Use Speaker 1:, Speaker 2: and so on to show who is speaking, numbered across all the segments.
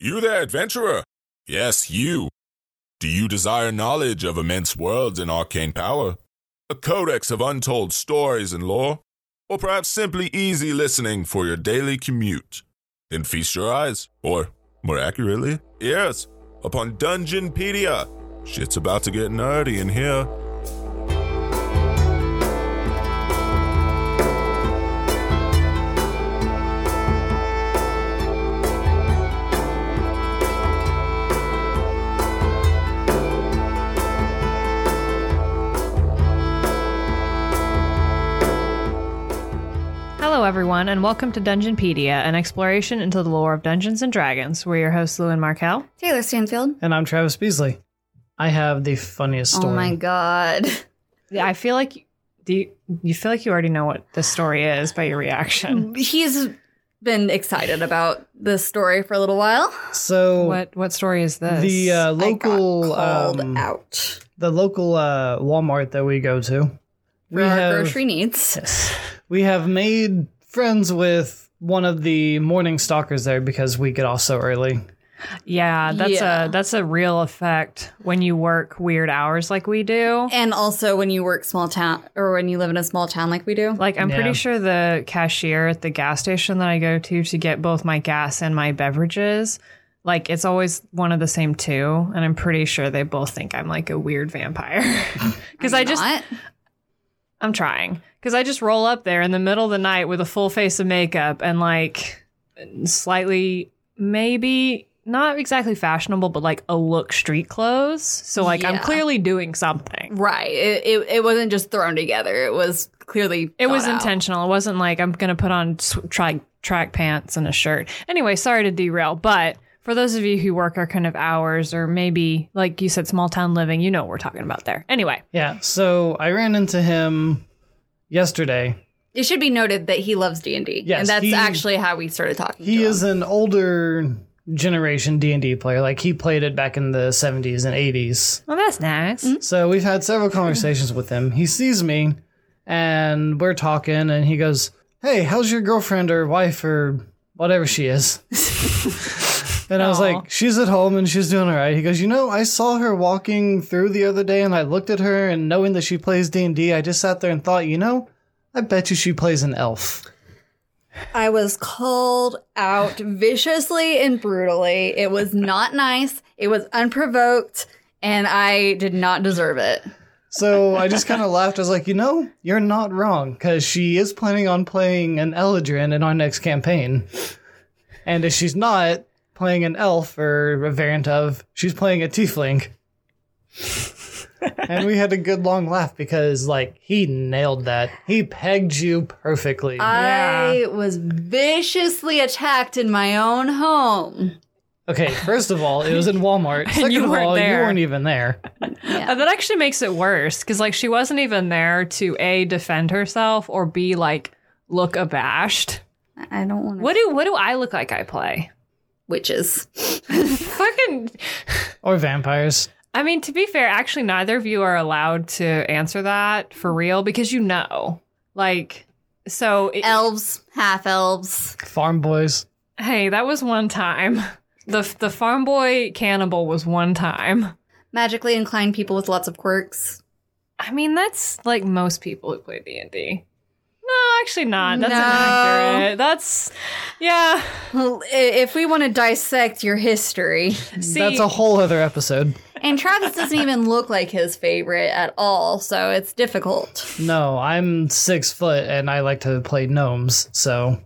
Speaker 1: You there, adventurer? Yes, you. Do you desire knowledge of immense worlds and arcane power? A codex of untold stories and lore? Or perhaps simply easy listening for your daily commute? Then feast your eyes, or more accurately, ears, upon Dungeonpedia. Shit's about to get nerdy in here.
Speaker 2: Hello, everyone, and welcome to Dungeonpedia, an exploration into the lore of Dungeons and Dragons. We're your hosts, Lou and Markel.
Speaker 3: Taylor Stanfield.
Speaker 4: And I'm Travis Beasley. I have the funniest story.
Speaker 3: Oh my god.
Speaker 2: Yeah, I feel like do you, you feel like you already know what this story is by your reaction.
Speaker 3: He's been excited about this story for a little while.
Speaker 4: So
Speaker 2: What what story is this?
Speaker 4: the uh, local
Speaker 3: I got called
Speaker 4: um,
Speaker 3: out
Speaker 4: the local uh, Walmart that we go to,
Speaker 3: for our grocery needs.
Speaker 4: Yes. we have made friends with one of the morning stalkers there because we get off so early.
Speaker 2: yeah, that's
Speaker 3: Yeah.
Speaker 2: a that's a real effect when you work weird hours like we do.
Speaker 3: And also when you work small town or when you live in a small town like we do.
Speaker 2: Like I'm
Speaker 4: Yeah.
Speaker 2: pretty sure the cashier at the gas station that I go to to get both my gas and my beverages, like it's always one of the same two, and I'm pretty sure they both think I'm like a weird vampire because I just
Speaker 3: Not.
Speaker 2: I'm trying because I just roll up there in the middle of the night with a full face of makeup and like slightly maybe not exactly fashionable but like a look street clothes so like i'm
Speaker 3: Yeah.
Speaker 2: clearly doing something
Speaker 3: Right. It, it it wasn't just thrown together. It was clearly
Speaker 2: It was
Speaker 3: thought out.
Speaker 2: intentional. It wasn't like I'm going to put on s- track track pants and a shirt. Anyway, sorry to derail, but for those of you who work our kind of hours or maybe like you said small town living, you know what we're talking about there. Anyway,
Speaker 4: Yeah. So I ran into him yesterday.
Speaker 3: It should be noted that he loves D&D.
Speaker 4: Yes,
Speaker 3: and that's
Speaker 4: he-
Speaker 3: actually how we started talking
Speaker 4: He
Speaker 3: to
Speaker 4: is
Speaker 3: him.
Speaker 4: an older generation D and D player. Like he played it back in the 70s and 80s.
Speaker 2: well that's nice.
Speaker 3: Mm-hmm.
Speaker 4: So we've had several conversations with him. He sees me and we're talking and he goes, Hey, how's your girlfriend or wife or whatever she is? and I was
Speaker 2: Aw.
Speaker 4: like, She's at home and she's doing all right. He goes, You know, I saw her walking through the other day and I looked at her and knowing that she plays D&D, I just sat there and thought, you know, I bet you she plays an elf.
Speaker 3: I was called out viciously and brutally. It was not nice. It was unprovoked and I did not deserve it.
Speaker 4: So I just kind of laughed. I was like, you know, you're not wrong because she is planning on playing an Eladrin in our next campaign. And if she's not playing an elf or a variant of, she's playing a tiefling. and we had a good long laugh because, like, he nailed that. He pegged you perfectly.
Speaker 3: I was viciously attacked in my own home.
Speaker 4: okay, first of all, it was in Walmart. Second
Speaker 2: you
Speaker 4: of
Speaker 2: weren't
Speaker 4: all,
Speaker 2: there.
Speaker 4: you weren't even there.
Speaker 2: Uh, that actually makes it worse cuz like she wasn't even there to a defend herself or b like look abashed.
Speaker 3: I don't want
Speaker 2: What do what do I look like I play?
Speaker 3: witches.
Speaker 2: Fucking
Speaker 4: Or vampires.
Speaker 2: I mean, to be fair, actually, neither of you are allowed to answer that for real because you know, like, so. It,
Speaker 3: Elves, half elves.
Speaker 4: Farm boys.
Speaker 2: hey, that was one time. the The farm boy cannibal was one time.
Speaker 3: Magically inclined people with lots of quirks.
Speaker 2: I mean, that's like most people who play D anD D. No, actually, not. That's
Speaker 3: No.
Speaker 2: inaccurate. That's yeah.
Speaker 3: Well, i- If we want to dissect your history,
Speaker 2: See,
Speaker 4: That's a whole other episode.
Speaker 3: and Travis doesn't even look like his favorite at all, so it's difficult.
Speaker 4: No, I'm six foot and I like to play gnomes, so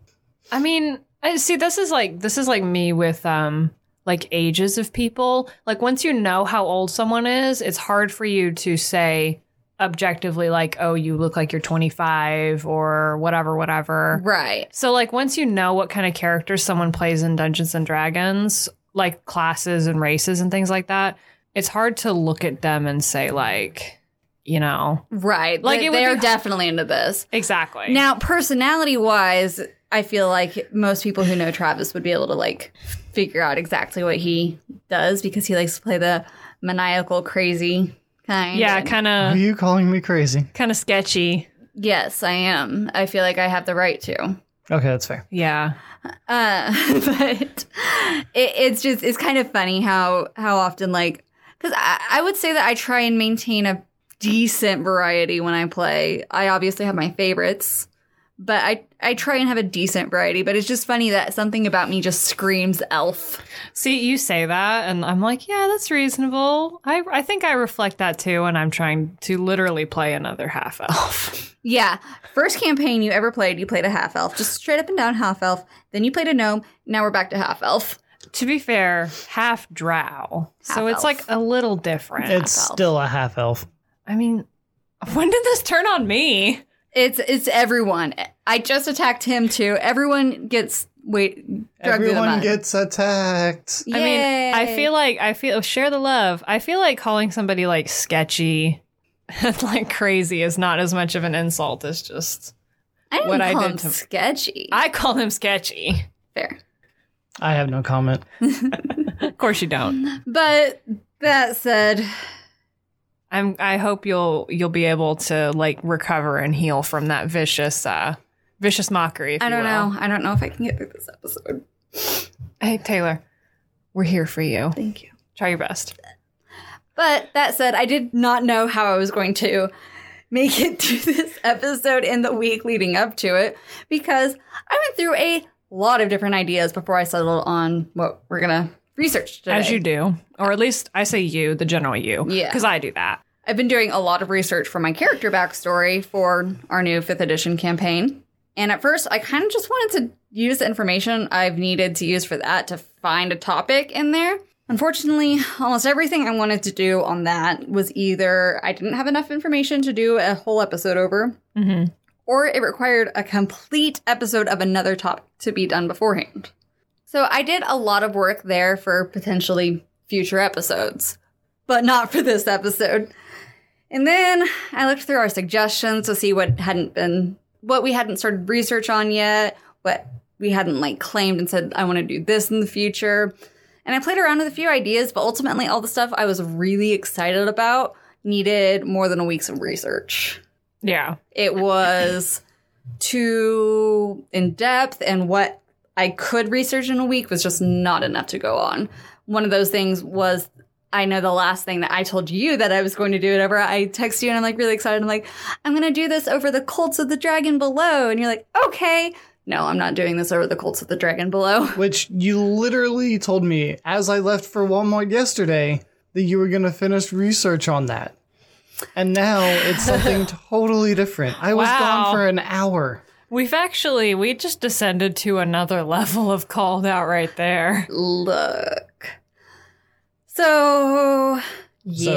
Speaker 2: I mean, I see this is like this is like me with um like ages of people. Like once you know how old someone is, it's hard for you to say objectively like, "Oh, you look like you're 25" or whatever whatever.
Speaker 3: Right.
Speaker 2: So like once you know what kind of characters someone plays in Dungeons and Dragons, like classes and races and things like that, it's hard to look at them and say like, you know,
Speaker 3: Right.
Speaker 2: Like,
Speaker 3: Like they,
Speaker 2: it would
Speaker 3: they are
Speaker 2: be-
Speaker 3: definitely into this.
Speaker 2: exactly.
Speaker 3: Now, personality wise, I feel like most people who know Travis would be able to like figure out exactly what he does because he likes to play the maniacal crazy kind.
Speaker 2: yeah,
Speaker 3: And-
Speaker 2: kind
Speaker 4: Are
Speaker 2: of
Speaker 4: you calling me crazy?
Speaker 2: kind of sketchy.
Speaker 3: Yes, I am. I feel like I have the right to.
Speaker 4: Okay, that's fair.
Speaker 2: Yeah.
Speaker 3: Uh, but it, it's just it's kind of funny how how often like because I, I would say that I try and maintain a decent variety when I play. I obviously have my favorites, but I I try and have a decent variety. But it's just funny that something about me just screams elf.
Speaker 2: See, you say that, and I'm like, yeah, that's reasonable. I, I think I reflect that too when I'm trying to literally play another half elf.
Speaker 3: Yeah, first campaign you ever played, you played a half elf, just straight up and down half elf. Then you played a gnome. Now we're back to half elf.
Speaker 2: to be fair, half drow. so it's
Speaker 3: Half-elf.
Speaker 2: like a little different.
Speaker 4: It's
Speaker 3: Half elf.
Speaker 4: still a half elf.
Speaker 2: I mean, when did this turn on me?
Speaker 3: It's it's everyone. I just attacked him too. Everyone gets wait. Drugged through the
Speaker 4: Everyone
Speaker 3: mud.
Speaker 4: gets attacked.
Speaker 2: I mean, I
Speaker 3: Yay.
Speaker 2: feel like I feel share the love. I feel like calling somebody like sketchy and like crazy is not as much of an insult as just
Speaker 3: I didn't
Speaker 2: what I
Speaker 3: call
Speaker 2: did
Speaker 3: him
Speaker 2: to-
Speaker 3: sketchy.
Speaker 2: I call him sketchy.
Speaker 3: Fair,
Speaker 4: I have no comment.
Speaker 2: Of course you don't.
Speaker 3: but that said,
Speaker 2: I'm I hope you'll you'll be able to like recover and heal from that vicious uh vicious mockery. If
Speaker 3: I
Speaker 2: you
Speaker 3: don't
Speaker 2: will.
Speaker 3: know. I don't know if I can get through this episode.
Speaker 2: Hey Taylor, we're here for you.
Speaker 3: Thank you.
Speaker 2: Try your best.
Speaker 3: But that said, I did not know how I was going to make it through this episode in the week leading up to it because I went through a lot of different ideas before I settled on what we're gonna research today.
Speaker 2: As you do, or at least I say you, the general you.
Speaker 3: Yeah.
Speaker 2: because I do that.
Speaker 3: I've been doing a lot of research for my character backstory for our new fifth edition campaign. And at first, I kind of just wanted to use the information I've needed to use for that to find a topic in there. Unfortunately, almost everything I wanted to do on that was either I didn't have enough information to do a whole episode over,
Speaker 2: Mm-hmm.
Speaker 3: or it required a complete episode of another topic to be done beforehand. So I did a lot of work there for potentially future episodes, but not for this episode. And then I looked through our suggestions to see what hadn't been, what we hadn't started research on yet, what we hadn't like claimed and said, I want to do this in the future. And I played around with a few ideas, but ultimately all the stuff I was really excited about needed more than a week's of research.
Speaker 2: Yeah,
Speaker 3: It was too in depth, and what I could research in a week was just not enough to go on. One of those things was I know the last thing that I told you that I was going to do whatever I text you and I'm like really excited. I'm like, I'm gonna do this over the Colts of the Dragon Below. And you're like, okay. No, I'm not doing this over the Colts of the Dragon Below.
Speaker 4: Which you literally told me as I left for Walmart yesterday that you were going to finish research on that. And now it's something totally different. I was
Speaker 2: Wow.
Speaker 4: gone for an hour.
Speaker 2: we've actually we just descended to another level of called out right there.
Speaker 3: Look. So
Speaker 4: So,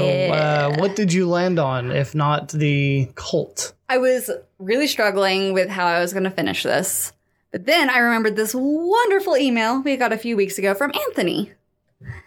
Speaker 3: yeah.
Speaker 4: uh, what did you land on if not the cult?
Speaker 3: I was really struggling with how I was going to finish this. But then I remembered this wonderful email we got a few weeks ago from Anthony.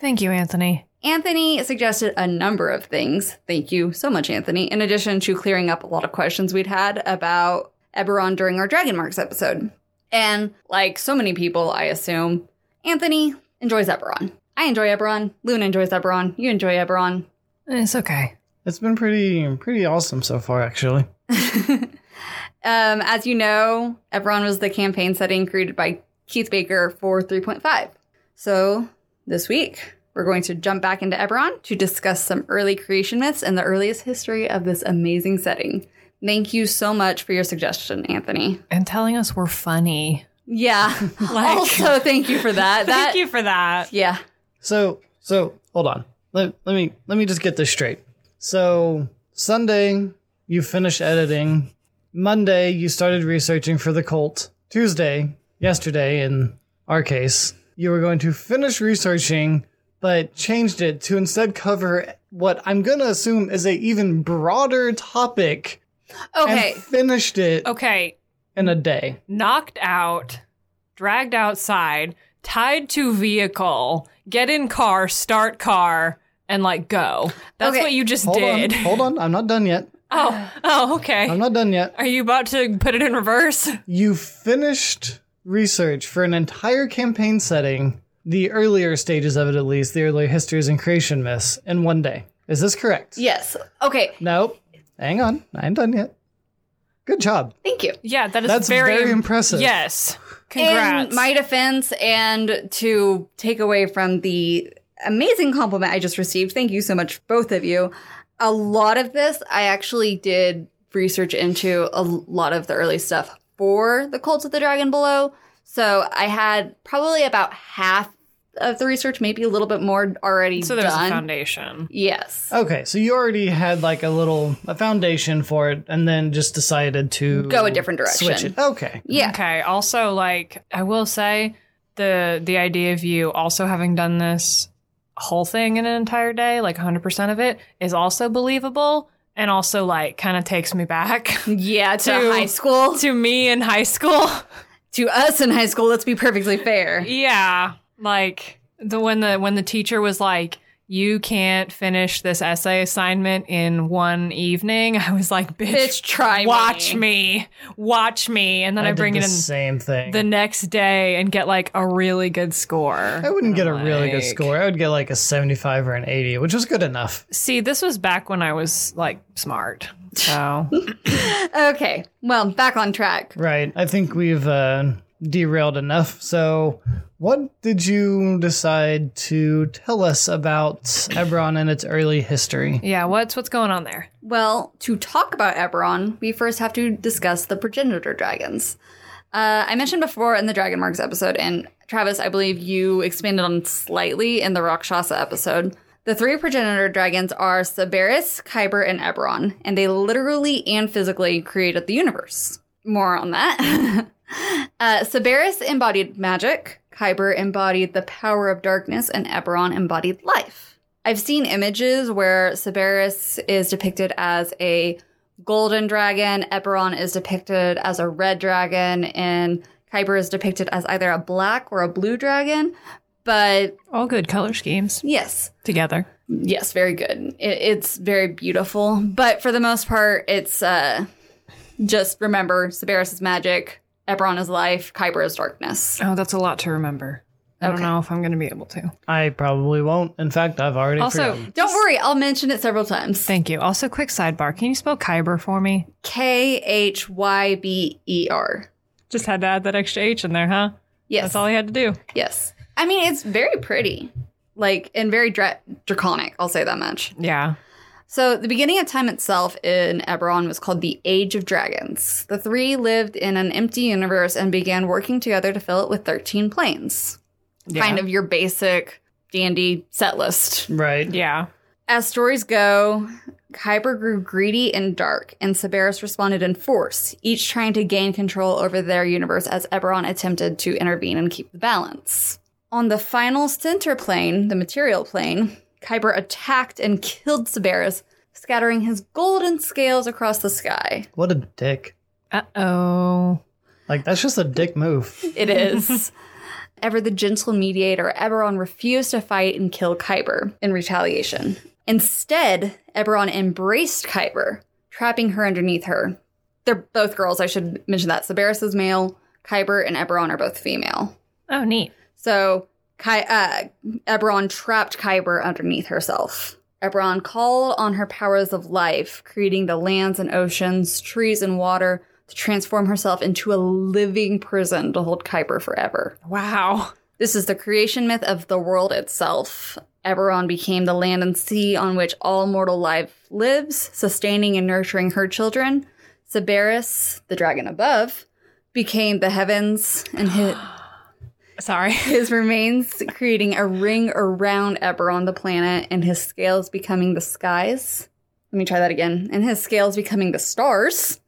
Speaker 2: Thank you, Anthony.
Speaker 3: Anthony suggested a number of things. Thank you so much, Anthony. In addition to clearing up a lot of questions we'd had about Eberron during our Dragon Marks episode. And like so many people, I assume, Anthony enjoys Eberron. I enjoy Eberron. Loon enjoys Eberron. You enjoy Eberron.
Speaker 2: It's okay.
Speaker 4: It's been pretty pretty awesome so far, actually.
Speaker 3: um, as you know, Eberron was the campaign setting created by Keith Baker for 3.5. So this week, we're going to jump back into Eberron to discuss some early creation myths and the earliest history of this amazing setting. Thank you so much for your suggestion, Anthony.
Speaker 2: And telling us we're funny.
Speaker 3: Yeah. also, thank you for that. That
Speaker 2: Thank you for that.
Speaker 3: yeah.
Speaker 4: So so hold on. Let, let me let me just get this straight. So Sunday you finished editing. Monday you started researching for the cult. Tuesday, yesterday in our case, you were going to finish researching but changed it to instead cover what I'm going to assume is a even broader topic
Speaker 3: Okay.
Speaker 4: and finished it
Speaker 2: Okay,
Speaker 4: in a day.
Speaker 2: knocked out, dragged outside, tied to vehicle, get in car, start car, and like go. That's
Speaker 3: Okay.
Speaker 2: what you just
Speaker 4: Hold
Speaker 2: did.
Speaker 4: on. Hold on. I'm not done yet.
Speaker 2: Oh, oh, okay.
Speaker 4: I'm not done yet.
Speaker 2: Are you about to put it in reverse?
Speaker 4: You finished research for an entire campaign setting, the earlier stages of it at least, the earlier histories and creation myths, in one day. Is this correct?
Speaker 3: Yes. Okay.
Speaker 4: Nope. Hang on. I ain't done yet. Good job.
Speaker 3: Thank you.
Speaker 2: Yeah, that is
Speaker 4: That's
Speaker 2: very,
Speaker 4: very impressive.
Speaker 2: Yes. Congrats.
Speaker 3: In my defense, and to take away from the amazing compliment I just received, thank you so much, both of you. A lot of this, I actually did research into a lot of the early stuff for the Cult of the Dragon Below. So I had probably about half of the research, maybe a little bit more already
Speaker 2: so there's a
Speaker 3: done.
Speaker 2: foundation.
Speaker 3: yes.
Speaker 4: Okay, so you already had like a little a foundation for it, and then just decided to
Speaker 3: Go a different direction.
Speaker 4: Switch it. Okay,
Speaker 3: Yeah.
Speaker 2: Okay. Also, like I will say, the the idea of you also having done this whole thing in an entire day, like 100 percent of it, is also believable, and also like kind of takes me back
Speaker 3: Yeah, to,
Speaker 2: To-
Speaker 3: high school.
Speaker 2: to me in high school.
Speaker 3: To us in high school, let's be perfectly fair.
Speaker 2: Yeah, like the when the when the teacher was like, "You can't finish this essay assignment in one evening." I was like, "Bitch,
Speaker 3: Bitch, try me."
Speaker 2: watch me. watch me," and then I,
Speaker 4: did
Speaker 2: bring
Speaker 4: the
Speaker 2: it in
Speaker 4: same thing.
Speaker 2: the next day and get like a really good score.
Speaker 3: Oh.
Speaker 4: I wouldn't get a really good
Speaker 2: Like-
Speaker 4: score. I would get like a seventy-five or an eighty, which was good enough.
Speaker 2: See, this was back when I was like smart. So
Speaker 3: Okay, well, back on track.
Speaker 4: Right. I think we've uh, derailed enough. So, what did you decide to tell us about Ebron and its early history?
Speaker 2: yeah, what's what's going on there?
Speaker 3: Well, to talk about Eberron, we first have to discuss the progenitor dragons. Uh, I mentioned before in the Dragon Marks episode, and Travis, I believe you expanded on slightly in the Rakshasa episode. The three progenitor dragons are Saberis, Kyber, and Eberron, and they literally and physically created the universe. More on that. uh, Saberis embodied magic, Kyber embodied the power of darkness, and Eberron embodied life. I've seen images where Saberis is depicted as a golden dragon, Eberron is depicted as a red dragon, and Kyber is depicted as either a black or a blue dragon. But
Speaker 2: All good color schemes
Speaker 3: yes,
Speaker 2: together.
Speaker 3: yes, very good. It, it's very beautiful. But for the most part, it's uh, just remember Saberis is magic, Eberron is life, Kyber is darkness.
Speaker 2: Oh, that's a lot to remember. I don't know if I'm going to be able to.
Speaker 4: I probably won't. In fact, I've already
Speaker 2: Also,
Speaker 4: forgotten.
Speaker 3: Don't worry, I'll mention it several times.
Speaker 2: Thank you. Also, quick sidebar. Can you spell Kyber for me?
Speaker 3: K H Y B E R.
Speaker 2: Just had to add that extra H in there, huh?
Speaker 3: Yes.
Speaker 2: That's all I had to do.
Speaker 3: Yes. I mean, it's very pretty, like, and very dra- draconic, I'll say that much.
Speaker 2: Yeah.
Speaker 3: So, the beginning of time itself in Eberron was called the Age of Dragons. The three lived in an empty universe and began working together to fill it with 13 planes.
Speaker 2: yeah.
Speaker 3: Kind of your basic dandy set list.
Speaker 4: Right.
Speaker 2: Yeah.
Speaker 3: As stories go, Kyber grew greedy and dark, and Sabaris responded in force, each trying to gain control over their universe as Eberron attempted to intervene and keep the balance. On the final center plane, the material plane, Kyber attacked and killed Sabaris, scattering his golden scales across the sky.
Speaker 4: What a dick.
Speaker 2: Uh oh.
Speaker 4: Like that's just a dick move.
Speaker 3: It is. Ever the gentle mediator, Eberron refused to fight and kill Kyber in retaliation. Instead, Eberron embraced Kyber, trapping her underneath her. They're both girls, I should mention that. Sabaris is male, Kyber and Eberron are both female.
Speaker 2: Oh, neat.
Speaker 3: So Ky- uh, Eberron trapped Kyber underneath herself. Eberron called on her powers of life, creating the lands and oceans, trees and water, to transform herself into a living prison to hold Kyber forever.
Speaker 2: Wow.
Speaker 3: This is the creation myth of the world itself. Eberron became the land and sea on which all mortal life lives, sustaining and nurturing her children. Sabaris, the dragon above, became the heavens and his,
Speaker 2: Sorry.
Speaker 3: his remains creating a ring around Eberron the planet and his scales becoming the skies. Let me try that again. And his scales becoming the stars.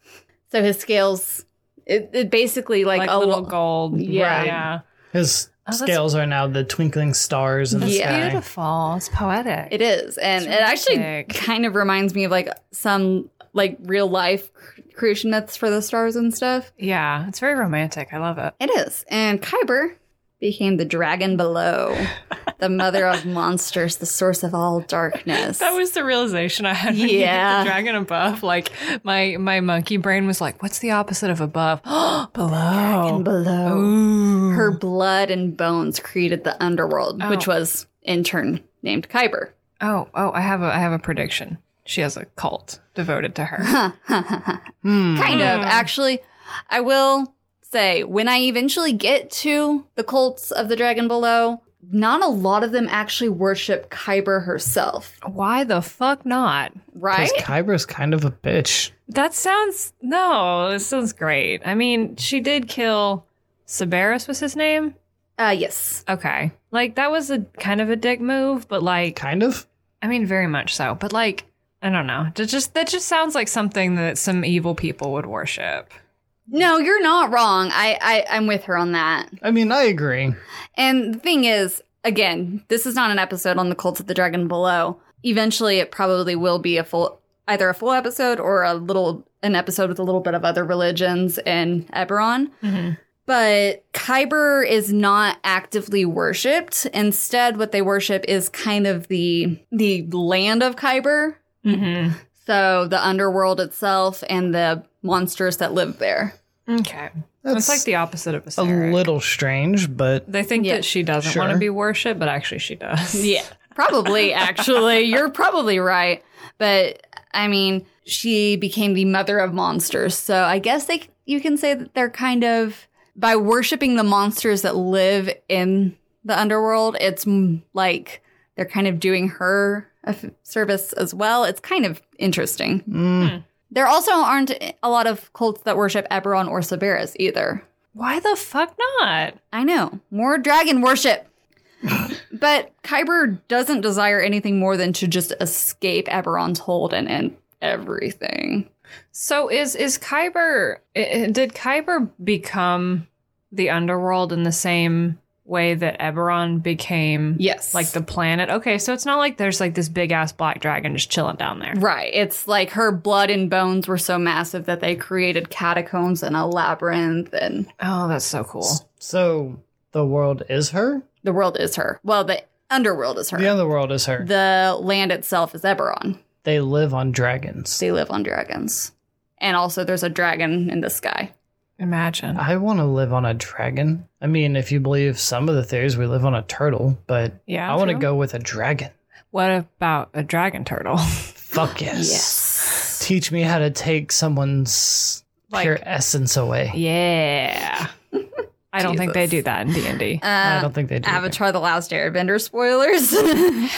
Speaker 3: So his scales, it, it basically like,
Speaker 2: Like,
Speaker 3: a
Speaker 2: little
Speaker 3: lo-
Speaker 2: gold.
Speaker 3: Yeah.
Speaker 2: Right. Yeah.
Speaker 4: His
Speaker 2: Oh, that's-
Speaker 4: scales are now the twinkling stars in the
Speaker 3: Yeah.
Speaker 4: sky.
Speaker 2: Beautiful. It's poetic.
Speaker 3: It is, and
Speaker 2: It's
Speaker 3: it actually
Speaker 2: romantic.
Speaker 3: kind of reminds me of like some like real life cr- creation myths for the stars and stuff.
Speaker 2: Yeah. It's very romantic. I love it.
Speaker 3: It is, and Kyber became the dragon below, the mother of monsters, the source of all darkness.
Speaker 2: That was the realization I had. When you hit
Speaker 3: Yeah.
Speaker 2: the dragon above. Like my my monkey brain was like, what's the opposite of above? Below.
Speaker 3: below.
Speaker 2: Ooh.
Speaker 3: Her blood and bones created the underworld, which
Speaker 2: Oh.
Speaker 3: was in turn named Kyber.
Speaker 2: Oh, oh, I have a I have a prediction. She has a cult devoted to her.
Speaker 3: kind
Speaker 4: Hmm.
Speaker 3: of. Actually, I will say when I eventually get to the cults of the Dragon Below, not a lot of them actually worship Kyber herself,
Speaker 2: Why the fuck not?
Speaker 3: right?
Speaker 4: Because Kyber's kind of a bitch.
Speaker 2: That sounds no. This sounds great. I mean, she did kill Sabaris was his name.
Speaker 3: Uh, yes.
Speaker 2: Okay, like that was a kind of a dick move, but like
Speaker 4: Kind of?
Speaker 2: I mean, very much so. But like I don't know. That just that just sounds like something that some evil people would worship.
Speaker 3: No, you're not wrong. I, I I'm with her on that.
Speaker 4: I mean, I agree.
Speaker 3: And the thing is, again, this is not an episode on the cults of the dragon below. Eventually, it probably will be a full, either a full episode or a little, an episode with a little bit of other religions in Eberron.
Speaker 2: Mm-hmm.
Speaker 3: But Kyber is not actively worshipped. Instead, what they worship is kind of the the land of Kyber.
Speaker 2: Mm-hmm.
Speaker 3: So the underworld itself and the monsters that live there.
Speaker 2: Okay,
Speaker 4: That's
Speaker 2: it's like the opposite of
Speaker 4: a
Speaker 2: Aseric.
Speaker 4: little strange, but
Speaker 2: They think
Speaker 3: Yeah.
Speaker 2: that she doesn't want to
Speaker 4: Sure.
Speaker 2: be worshipped, but actually she does.
Speaker 3: Yeah, probably, actually. You're probably right. But I mean, she became the mother of monsters. So I guess they you can say that they're kind of by worshiping the monsters that live in the underworld, it's mm, like they're kind of doing her a f- service as well. It's kind of interesting.
Speaker 4: mm,
Speaker 3: There also aren't a lot of cults that worship Eberron or Sabaris either.
Speaker 2: Why the fuck not?
Speaker 3: I know. More dragon worship. but Kyber doesn't desire anything more than to just escape Eberron's hold and end everything.
Speaker 2: So is is Kyber i- i- did Kyber become the underworld in the same way that Eberron became
Speaker 3: Yes.
Speaker 2: like the planet? Okay, so it's not like there's like this big ass black dragon just chilling down there.
Speaker 3: Right. It's like her blood and bones were so massive that they created catacombs and a labyrinth, and
Speaker 2: Oh, that's so cool.
Speaker 4: so the world is her.
Speaker 3: the world is her. Well, the underworld is her.
Speaker 4: The other world is her.
Speaker 3: The land itself is Eberron.
Speaker 4: they live on dragons.
Speaker 3: They live on dragons. And also, there's a dragon in the sky.
Speaker 2: Imagine.
Speaker 4: I want to live on a dragon. I mean, if you believe some of the theories, we live on a turtle, but
Speaker 2: Yeah.
Speaker 4: I want to
Speaker 2: true.
Speaker 4: go with a dragon.
Speaker 2: What about a dragon turtle?
Speaker 4: Fuck yes. Teach me how to take someone's
Speaker 2: Like-
Speaker 4: pure essence away.
Speaker 2: yeah. I don't think they
Speaker 3: Jesus.
Speaker 2: do that in D and D.
Speaker 4: I
Speaker 3: Uh,
Speaker 4: don't think they do. either.
Speaker 3: Avatar: The Last Airbender spoilers.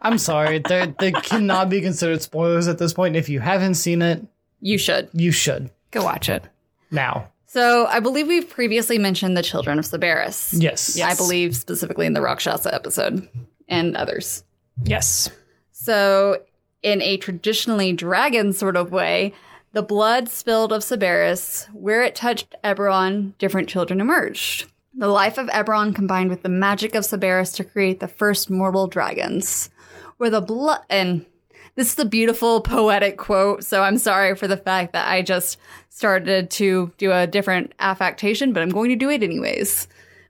Speaker 4: I'm sorry. They're, they cannot be considered spoilers at this point. If you haven't seen it,
Speaker 3: You should.
Speaker 4: you should
Speaker 2: Go watch it.
Speaker 4: now.
Speaker 3: So I believe we've previously mentioned the children of Sabaris.
Speaker 4: Yes.
Speaker 3: I believe specifically in the Rakshasa episode and others.
Speaker 2: Yes.
Speaker 3: So, in a traditionally dragon sort of way, the blood spilled of Sabaris, where it touched Eberron, different children emerged. The life of Eberron combined with the magic of Sabaris to create the first mortal dragons. Where the blood, and this is a beautiful poetic quote, so I'm sorry for the fact that I just started to do a different affectation, but I'm going to do it anyways.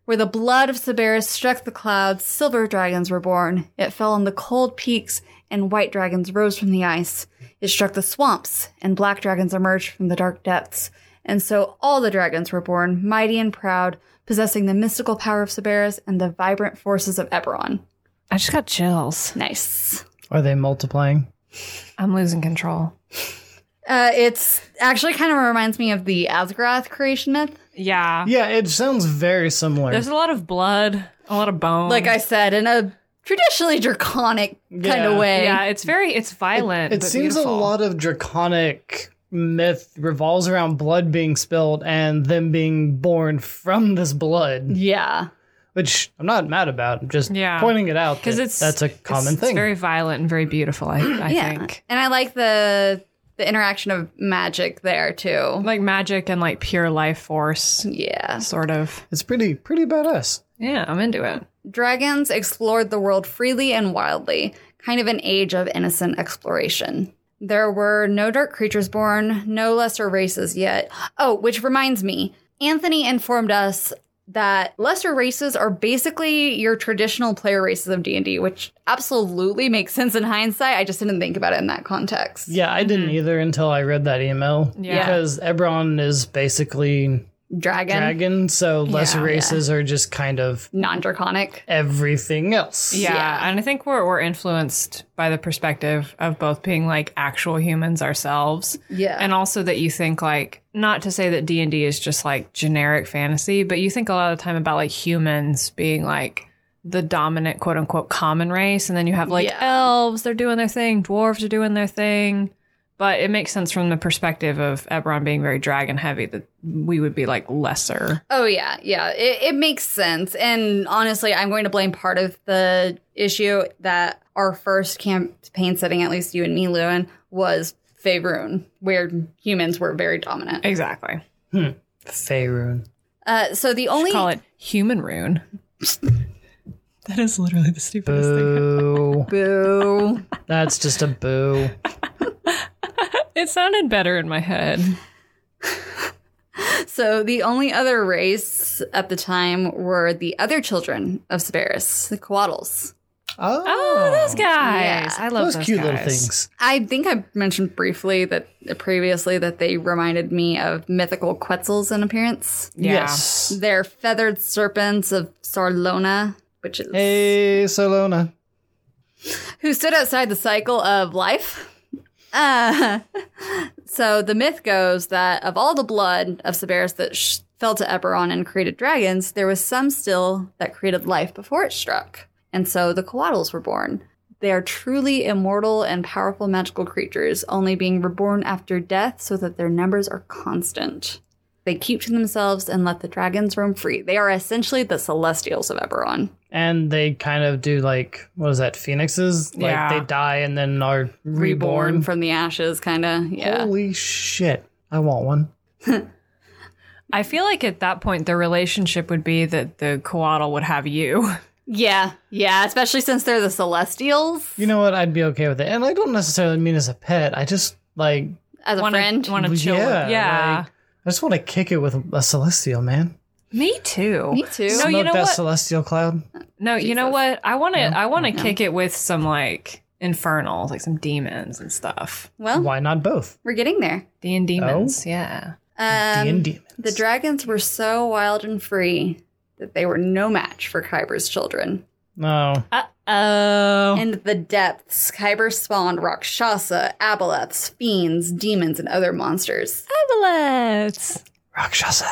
Speaker 3: Where the blood of Sabaris struck the clouds, silver dragons were born. It fell on the cold peaks, and white dragons rose from the ice. It struck the swamps, and black dragons emerged from the dark depths. And so all the dragons were born, mighty and proud, possessing the mystical power of Sabaris and the vibrant forces of Eberron.
Speaker 2: I just got chills.
Speaker 3: Nice.
Speaker 4: Are they multiplying?
Speaker 2: I'm losing control.
Speaker 3: Uh, it's actually kind of reminds me of the Asgaroth creation myth.
Speaker 2: Yeah.
Speaker 4: Yeah, it sounds very similar.
Speaker 2: There's a lot of blood, a lot of bone.
Speaker 3: Like I said, in a traditionally draconic kind
Speaker 4: Yeah.
Speaker 3: of way.
Speaker 2: yeah, it's very it's violent.
Speaker 4: it
Speaker 2: but
Speaker 4: seems
Speaker 2: beautiful.
Speaker 4: a lot of draconic myth revolves around blood being spilled and them being born from this blood,
Speaker 3: Yeah.
Speaker 4: which I'm not mad about. I'm just
Speaker 2: Yeah.
Speaker 4: pointing it out
Speaker 2: because
Speaker 4: that
Speaker 2: it's
Speaker 4: that's a
Speaker 2: it's-
Speaker 4: common thing.
Speaker 2: It's very violent and very beautiful. I, I
Speaker 3: yeah.
Speaker 2: think
Speaker 3: And I like the the interaction of magic there too.
Speaker 2: like magic and like pure life force,
Speaker 3: Yeah.
Speaker 2: sort of.
Speaker 4: it's pretty pretty badass.
Speaker 2: Yeah, I'm into it.
Speaker 3: Dragons explored the world freely and wildly, kind of an age of innocent exploration. There were no dark creatures born, no lesser races yet. Oh, which reminds me, Anthony informed us that lesser races are basically your traditional player races of D&D, which absolutely makes sense in hindsight. I just didn't think about it in that context.
Speaker 4: Mm-hmm. Yeah, I didn't either until I read that email
Speaker 2: Yeah.
Speaker 4: because Ebron is basically
Speaker 3: dragon,
Speaker 4: dragon, so lesser
Speaker 2: Yeah, yeah.
Speaker 4: races are just kind of
Speaker 3: non-draconic.
Speaker 4: everything else.
Speaker 2: Yeah,
Speaker 3: Yeah.
Speaker 2: and I think we're we're influenced by the perspective of both being like actual humans ourselves,
Speaker 3: Yeah,
Speaker 2: and also that you think like not to say that D and D is just like generic fantasy, but you think a lot of the time about like humans being like the dominant quote unquote common race, and then you have like
Speaker 3: Yeah.
Speaker 2: elves, they're doing their thing, dwarves are doing their thing. But it makes sense from the perspective of Eberron being very dragon heavy that we would be like lesser.
Speaker 3: Oh yeah, yeah. It, it makes sense, and honestly, I'm going to blame part of the issue that our first campaign setting, at least you and me, Lewin, was Faerun, where humans were very dominant.
Speaker 2: Exactly.
Speaker 4: Faerun.
Speaker 3: Uh, so the only
Speaker 2: Call it human rune. that is literally the stupidest
Speaker 4: Boo.
Speaker 3: boo.
Speaker 4: That's just a boo.
Speaker 2: It sounded better in my head.
Speaker 3: so the only other race at the time were the other children of Severus, the Coatls.
Speaker 4: Oh,
Speaker 2: Oh, those guys!
Speaker 3: Yeah.
Speaker 2: I love
Speaker 4: Those,
Speaker 2: those,
Speaker 4: cute little
Speaker 2: guys.
Speaker 4: things.
Speaker 3: I think I mentioned briefly that previously that they reminded me of mythical Quetzals in appearance.
Speaker 2: Yeah.
Speaker 4: Yes.
Speaker 3: They're feathered serpents of Sarlona, which is
Speaker 4: Hey, Solona.
Speaker 3: who stood outside the cycle of life. Uh, so the myth goes that of all the blood of Severus that sh- fell to Eberron and created dragons, there was some still that created life before it struck, and so the Coatls were born. They are truly immortal and powerful magical creatures, only being reborn after death so that their numbers are constant. They keep to themselves and let the dragons roam free. They are essentially the celestials of Eberron.
Speaker 4: And they kind of do like what is that? Phoenixes? Like
Speaker 2: Yeah.
Speaker 4: they die and then are
Speaker 3: Reborn,
Speaker 4: reborn.
Speaker 3: from the ashes, kind of. Yeah.
Speaker 4: Holy shit! I want one.
Speaker 2: I feel like at that point the relationship would be that the coatl would have you.
Speaker 3: Yeah, yeah, especially since they're the Celestials
Speaker 4: You know what? I'd be okay with it. And I don't necessarily mean as a pet. I just like
Speaker 3: as a
Speaker 2: wanna,
Speaker 3: friend.
Speaker 2: wanna chill with-
Speaker 4: yeah,
Speaker 2: yeah.
Speaker 4: like, I just want to kick it with a celestial man.
Speaker 2: Me too.
Speaker 3: Me too.
Speaker 2: No, you
Speaker 4: Smoke
Speaker 2: know
Speaker 4: that
Speaker 2: what?
Speaker 4: celestial cloud.
Speaker 2: no, you know
Speaker 3: Jesus.
Speaker 2: what? I want to. I want to kick it with some like infernals, like some demons and stuff.
Speaker 3: well,
Speaker 4: Why not both?
Speaker 3: we're getting there.
Speaker 2: D and
Speaker 3: Oh.
Speaker 2: demons. Yeah.
Speaker 4: D
Speaker 3: Um,
Speaker 4: and demons.
Speaker 3: the dragons were so wild and free that they were no match for Kyber's children.
Speaker 4: No.
Speaker 2: Uh oh.
Speaker 3: In the depths, Kyber spawned Rakshasa, Aboleths, fiends, demons, and other monsters.
Speaker 2: Aboleths.
Speaker 4: Rakshasa.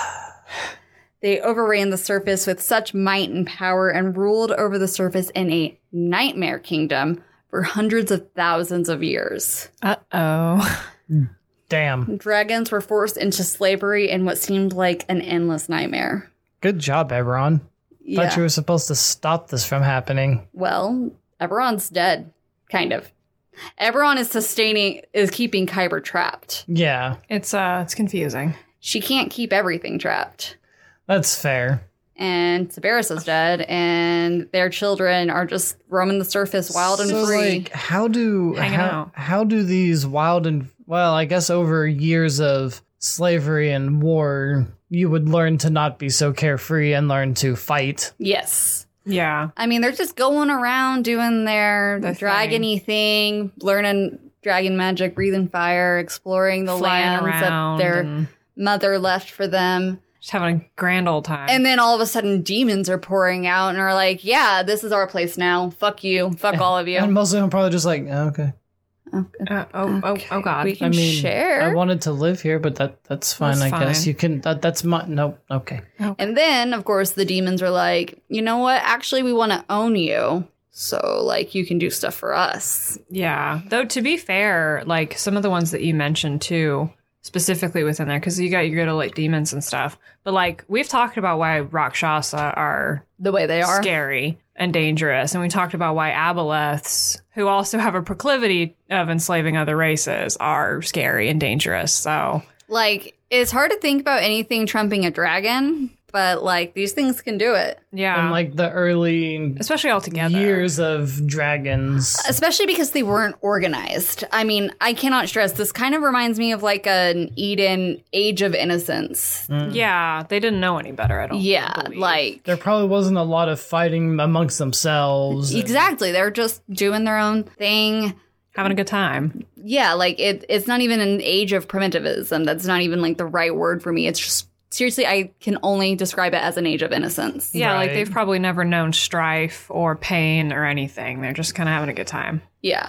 Speaker 3: They overran the surface with such might and power and ruled over the surface in a nightmare kingdom for hundreds of thousands of years.
Speaker 2: Uh oh.
Speaker 4: Damn.
Speaker 3: Dragons were forced into slavery in what seemed like an endless nightmare.
Speaker 4: Good job, Eberron. Thought you were supposed to stop this from happening.
Speaker 3: Well, Eberron's dead, kind of. Eberron is sustaining is keeping Kyber trapped.
Speaker 4: Yeah,
Speaker 2: It's uh. It's confusing.
Speaker 3: She can't keep everything trapped.
Speaker 4: that's fair.
Speaker 3: And Severus is dead, and their children are just roaming the surface wild and
Speaker 4: so,
Speaker 3: free.
Speaker 4: Like, how do
Speaker 2: Hanging
Speaker 4: how,
Speaker 2: out.
Speaker 4: how do these wild and well, I guess over years of slavery and war, you would learn to not be so carefree and learn to fight.
Speaker 3: yes.
Speaker 2: Yeah.
Speaker 3: I mean, they're just going around doing their
Speaker 2: Their
Speaker 3: dragony thing, learning dragon magic, breathing fire, exploring the
Speaker 2: Flying
Speaker 3: lands that
Speaker 2: around
Speaker 3: their
Speaker 2: and
Speaker 3: mother left for them.
Speaker 2: just having a grand old time.
Speaker 3: And then all of a sudden, demons are pouring out and are like, "Yeah, this is our place now. Fuck you. Fuck all of
Speaker 4: And
Speaker 3: you."
Speaker 4: most of them probably just like, "Oh, okay.
Speaker 2: Uh, oh, oh, oh, God.
Speaker 3: We
Speaker 4: I
Speaker 3: can
Speaker 4: mean,
Speaker 3: share.
Speaker 4: I wanted to live here, but that that's fine.
Speaker 2: That's
Speaker 4: I guess
Speaker 2: fine.
Speaker 4: you can. That, that's my nope. Okay.
Speaker 3: and then, of course, the demons are like, "You know what? Actually, we want to own you. So, like, you can do stuff for us."
Speaker 2: yeah. Though, to be fair, like some of the ones that you mentioned too, specifically within there, because you got your good old like demons and stuff. But like, we've talked about why Rakshasa are,
Speaker 3: The way they are.
Speaker 2: scary and dangerous. And we talked about why Aboleths, who also have a proclivity of enslaving other races, are scary and dangerous. So,
Speaker 3: Like, it's hard to think about anything trumping a dragon, but like these things can do it.
Speaker 2: yeah.
Speaker 4: And like the early
Speaker 2: especially all together.
Speaker 4: years of dragons.
Speaker 3: Especially because they weren't organized. I mean, I cannot stress this kind of reminds me of like an Eden Age of Innocence.
Speaker 2: Oh, Mm. Yeah. They didn't know any better at all.
Speaker 3: yeah, like
Speaker 4: There probably wasn't a lot of fighting amongst themselves. and-
Speaker 3: Exactly. They're just doing their own thing.
Speaker 2: having a good time.
Speaker 3: Yeah, like it, it's not even an age of primitivism. That's not even like the right word for me. It's just seriously, I can only describe it as an age of innocence.
Speaker 2: Yeah, like
Speaker 4: Right.
Speaker 2: they've probably never known strife or pain or anything. They're just kind of having a good time.
Speaker 3: Yeah.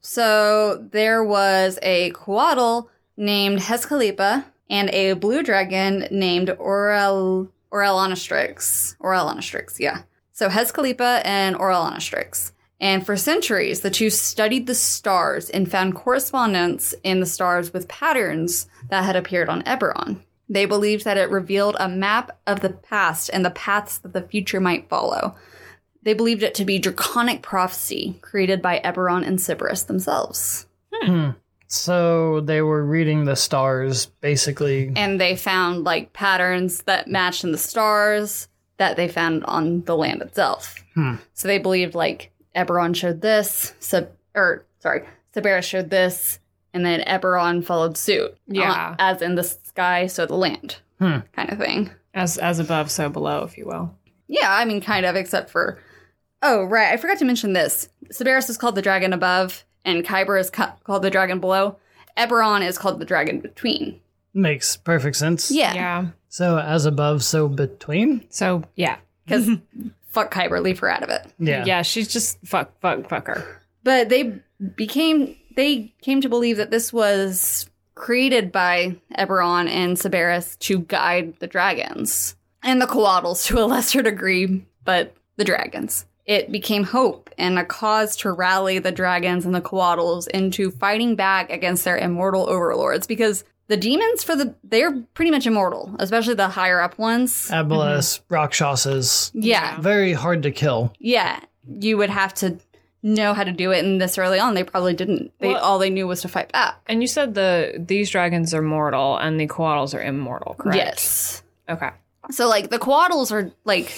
Speaker 3: So there was a coatl named Hescalipa and a blue dragon named Orel Orelanastrix. Orelanastrix, yeah. So Hescalipa and Orelanastrix. And for centuries, the two studied the stars and found correspondence in the stars with patterns that had appeared on Eberron. They believed that it revealed a map of the past and the paths that the future might follow. They believed it to be draconic prophecy created by Eberron and Sybaris themselves.
Speaker 4: So they were reading the stars, basically.
Speaker 3: And they found like patterns that matched in the stars that they found on the land itself.
Speaker 4: Hmm.
Speaker 3: So they believed like Eberron showed this, Sib- or sorry, Sybaris showed this, and then Eberron followed suit.
Speaker 2: Yeah.
Speaker 3: Uh, as in the sky, so the land
Speaker 4: Hmm.
Speaker 3: kind of thing.
Speaker 2: As as above, so below, if you will.
Speaker 3: Yeah, I mean, kind of, except for. Oh, right. I forgot to mention this. Sybaris is called the dragon above, and Kyber is ca- called the dragon below. Eberron is called the dragon between.
Speaker 4: Makes perfect sense.
Speaker 3: Yeah.
Speaker 2: Yeah.
Speaker 4: So as above, so between.
Speaker 2: So yeah.
Speaker 3: Because fuck Kyber, leave her out of it.
Speaker 4: Yeah.
Speaker 2: Yeah, she's just fuck, fuck, fuck her.
Speaker 3: But they became. They came to believe that this was created by Eberron and Sybaris to guide the dragons and the Coatls to a lesser degree, but the dragons. It became hope and a cause to rally the dragons and the Coatls into fighting back against their immortal overlords because the demons for the they're pretty much immortal, especially the higher up ones.
Speaker 4: Uh, Abelis,
Speaker 2: Mm-hmm.
Speaker 4: Rakshasas.
Speaker 3: yeah.
Speaker 4: Very hard to kill.
Speaker 3: Yeah. You would have to know how to do it and this early on they probably didn't. They
Speaker 2: Well-
Speaker 3: all they knew was to fight back.
Speaker 2: And you said the these dragons are mortal and the koalas are immortal, correct?
Speaker 3: Yes.
Speaker 2: Okay.
Speaker 3: So like the Quaddles are like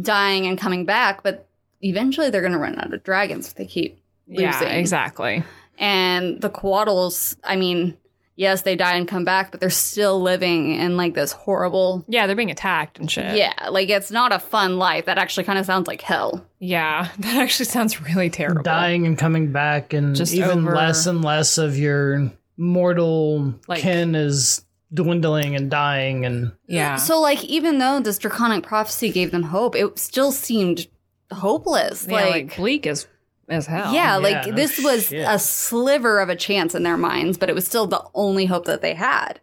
Speaker 3: dying and coming back, but eventually they're gonna run out of dragons if they keep losing.
Speaker 2: Yeah, exactly.
Speaker 3: And the Quaddles, I mean, yes, they die and come back, but they're still living in like this horrible
Speaker 2: Yeah, they're being attacked and shit.
Speaker 3: Yeah, like it's not a fun life. That actually kind of sounds like hell.
Speaker 2: Yeah. That actually sounds really terrible.
Speaker 4: Dying and coming back, and
Speaker 2: Just
Speaker 4: even
Speaker 2: over-
Speaker 4: less and less of your mortal
Speaker 2: Like-
Speaker 4: kin is dwindling and dying. And
Speaker 2: Yeah.
Speaker 3: So like even though this draconic prophecy gave them hope, it still seemed hopeless.
Speaker 2: yeah,
Speaker 3: like,
Speaker 2: like bleak as as hell.
Speaker 3: Yeah,
Speaker 4: Yeah,
Speaker 3: like
Speaker 4: no
Speaker 3: this was
Speaker 4: shit.
Speaker 3: a sliver of a chance in their minds, but it was still the only hope that they had.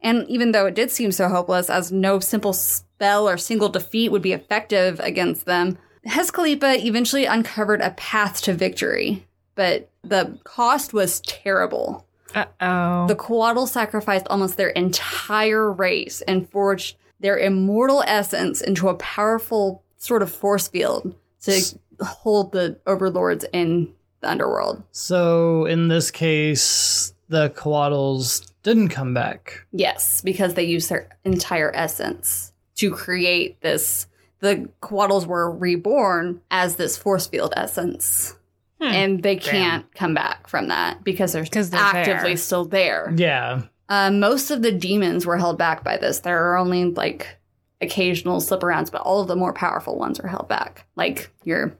Speaker 3: And even though it did seem so hopeless, as no simple spell or single defeat would be effective against them, Hescalipa eventually uncovered a path to victory, but the cost was terrible.
Speaker 2: Uh oh.
Speaker 3: The Coatl sacrificed almost their entire race and forged their immortal essence into a powerful sort of force field to hold the overlords in the underworld.
Speaker 4: so in this case, the Coatls didn't come back.
Speaker 3: Yes, because they used their entire essence to create this. The Coatls were reborn as this force field essence. And they can't come back from that because they're,
Speaker 2: 'Cause they're
Speaker 3: actively
Speaker 2: there.
Speaker 3: still there.
Speaker 4: Yeah.
Speaker 3: Uh, most of the demons were held back by this. There are only like occasional slip arounds, but all of the more powerful ones are held back. Like your,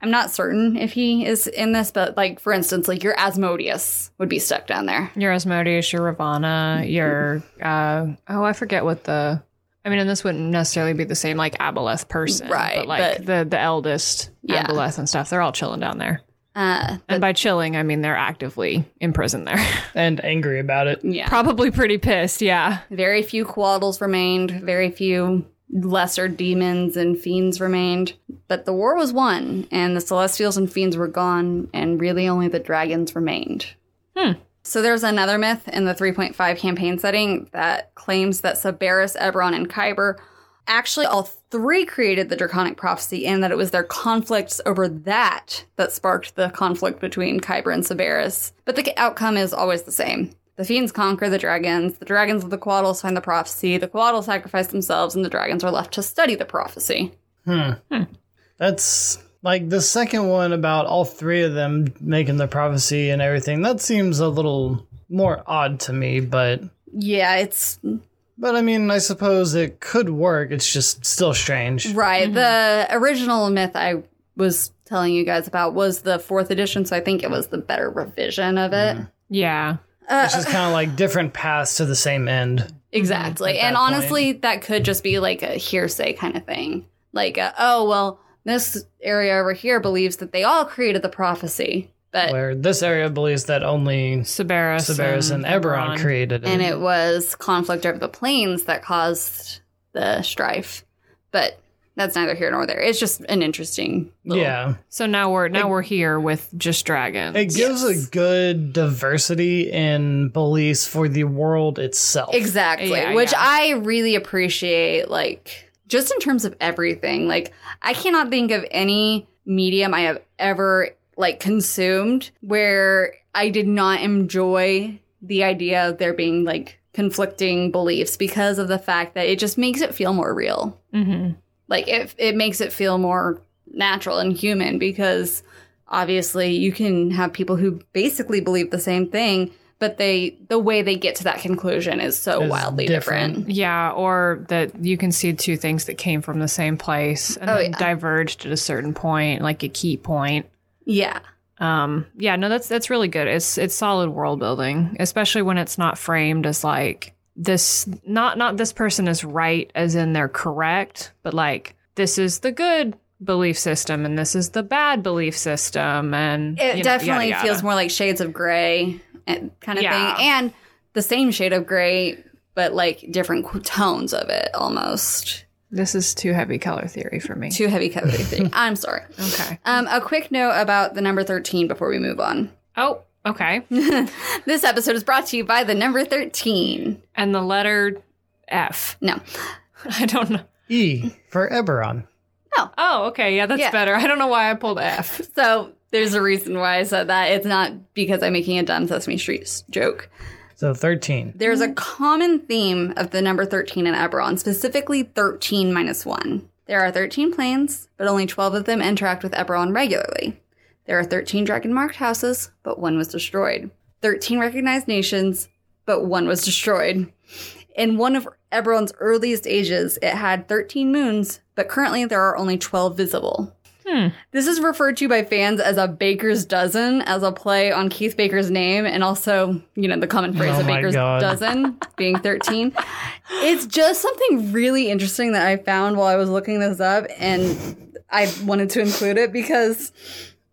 Speaker 3: I'm not certain if he is in this, but like for instance, like your Asmodeus would be stuck down there.
Speaker 2: Your Asmodeus, your Ravana, your uh oh, I forget what the I mean, and this wouldn't necessarily be the same like Aboleth person,
Speaker 3: Right,
Speaker 2: But like
Speaker 3: but-
Speaker 2: the the eldest
Speaker 3: Yeah.
Speaker 2: Aboleth and stuff, they're all chilling down there.
Speaker 3: Uh,
Speaker 2: And by chilling, I mean they're actively in prison there.
Speaker 4: And angry about it.
Speaker 3: yeah.
Speaker 2: Probably pretty pissed, yeah.
Speaker 3: Very few Quaddles remained. Very few lesser demons and fiends remained. But the war was won, and the Celestials and fiends were gone, and really only the dragons remained.
Speaker 2: Hmm.
Speaker 3: So there's another myth in the 3.5 campaign setting that claims that Sabaris, Eberron, and Kyber actually all three created the draconic prophecy and that it was their conflicts over that that sparked the conflict between Kyber and Sabaris. But the outcome is always the same. The fiends conquer the dragons, the dragons of the Quaddles find the prophecy, the Quaddles sacrifice themselves, and the dragons are left to study the prophecy.
Speaker 4: Hmm.
Speaker 2: Hmm.
Speaker 4: That's like the second one about all three of them making the prophecy and everything. That seems a little more odd to me, but
Speaker 3: Yeah, it's
Speaker 4: but I mean, I suppose it could work. It's just still strange.
Speaker 3: Right. The original myth I was telling you guys about was the fourth edition, so I think it was the better revision of it.
Speaker 2: Yeah.
Speaker 3: Uh,
Speaker 4: It's just kind of like different paths to the same end.
Speaker 3: Exactly.
Speaker 4: Mm-hmm. at
Speaker 3: And
Speaker 4: that
Speaker 3: honestly, that could just be like a hearsay kind of thing. Like, uh, oh, well, this area over here believes that they all created the prophecy, but
Speaker 4: Where this area believes that only
Speaker 2: Mm-hmm. Sabaris,
Speaker 4: Severus and Eberron created it.
Speaker 3: and it was conflict over the planes that caused the strife. But that's neither here nor there. It's just an interesting little
Speaker 4: yeah,
Speaker 2: So now we're now we're here with just dragons.
Speaker 4: it gives
Speaker 3: Yes.
Speaker 4: a good diversity in beliefs for the world itself.
Speaker 3: Exactly.
Speaker 2: Yeah,
Speaker 3: which
Speaker 2: yeah.
Speaker 3: I really appreciate, like, just in terms of everything. Like, I cannot think of any medium I have ever, like, consumed where I did not enjoy the idea of there being, like, conflicting beliefs because of the fact that it just makes it feel more real.
Speaker 2: hmm
Speaker 3: Like, it, it makes it feel more natural and human because obviously you can have people who basically believe the same thing. But they, the way they get to that conclusion is so
Speaker 4: Is
Speaker 3: wildly
Speaker 4: different.
Speaker 3: different.
Speaker 2: Yeah, or that you can see two things that came from the same place and
Speaker 3: Oh,
Speaker 2: then
Speaker 3: yeah.
Speaker 2: diverged at a certain point, like a key point.
Speaker 3: Yeah.
Speaker 2: Um, yeah, no, that's that's really good. It's it's solid world building, especially when it's not framed as like this not not this person is right as in they're correct, but like this is the good belief system and this is the bad belief system and
Speaker 3: It
Speaker 2: you know,
Speaker 3: definitely
Speaker 2: yada,
Speaker 3: feels
Speaker 2: yada.
Speaker 3: more like shades of gray and kind of
Speaker 2: Yeah.
Speaker 3: thing. And the same shade of gray, but like different qu- tones of it almost.
Speaker 2: This is too heavy color theory for me.
Speaker 3: Too heavy covered. thing. I'm sorry.
Speaker 2: okay.
Speaker 3: Um, a quick note about the number 13 before we move on.
Speaker 2: Oh, okay.
Speaker 3: this episode is brought to you by the number 13.
Speaker 2: And the letter F.
Speaker 3: No.
Speaker 2: I don't know.
Speaker 4: E for Eberron.
Speaker 2: Oh, okay. Yeah, that's
Speaker 3: Yeah.
Speaker 2: better. I don't know why I pulled F.
Speaker 3: So there's a reason why I said that. It's not because I'm making a dumb Sesame Street s- joke.
Speaker 4: So thirteen.
Speaker 3: There's a common theme of the number 13 in Eberron, specifically 13 minus 1. There are 13 planes, but only 12 of them interact with Eberron regularly. There are 13 dragon marked houses, but one was destroyed. 13 recognized nations, but one was destroyed. In one of Eberron's earliest ages, it had 13 moons, but currently there are only 12 visible.
Speaker 2: Hmm.
Speaker 3: This is referred to by fans as a baker's dozen, as a play on Keith Baker's name, and also, you know, the common phrase
Speaker 4: Oh
Speaker 3: of
Speaker 4: my
Speaker 3: baker's
Speaker 4: God.
Speaker 3: dozen being 13. it's just something really interesting that I found while I was looking this up, and I wanted to include it because,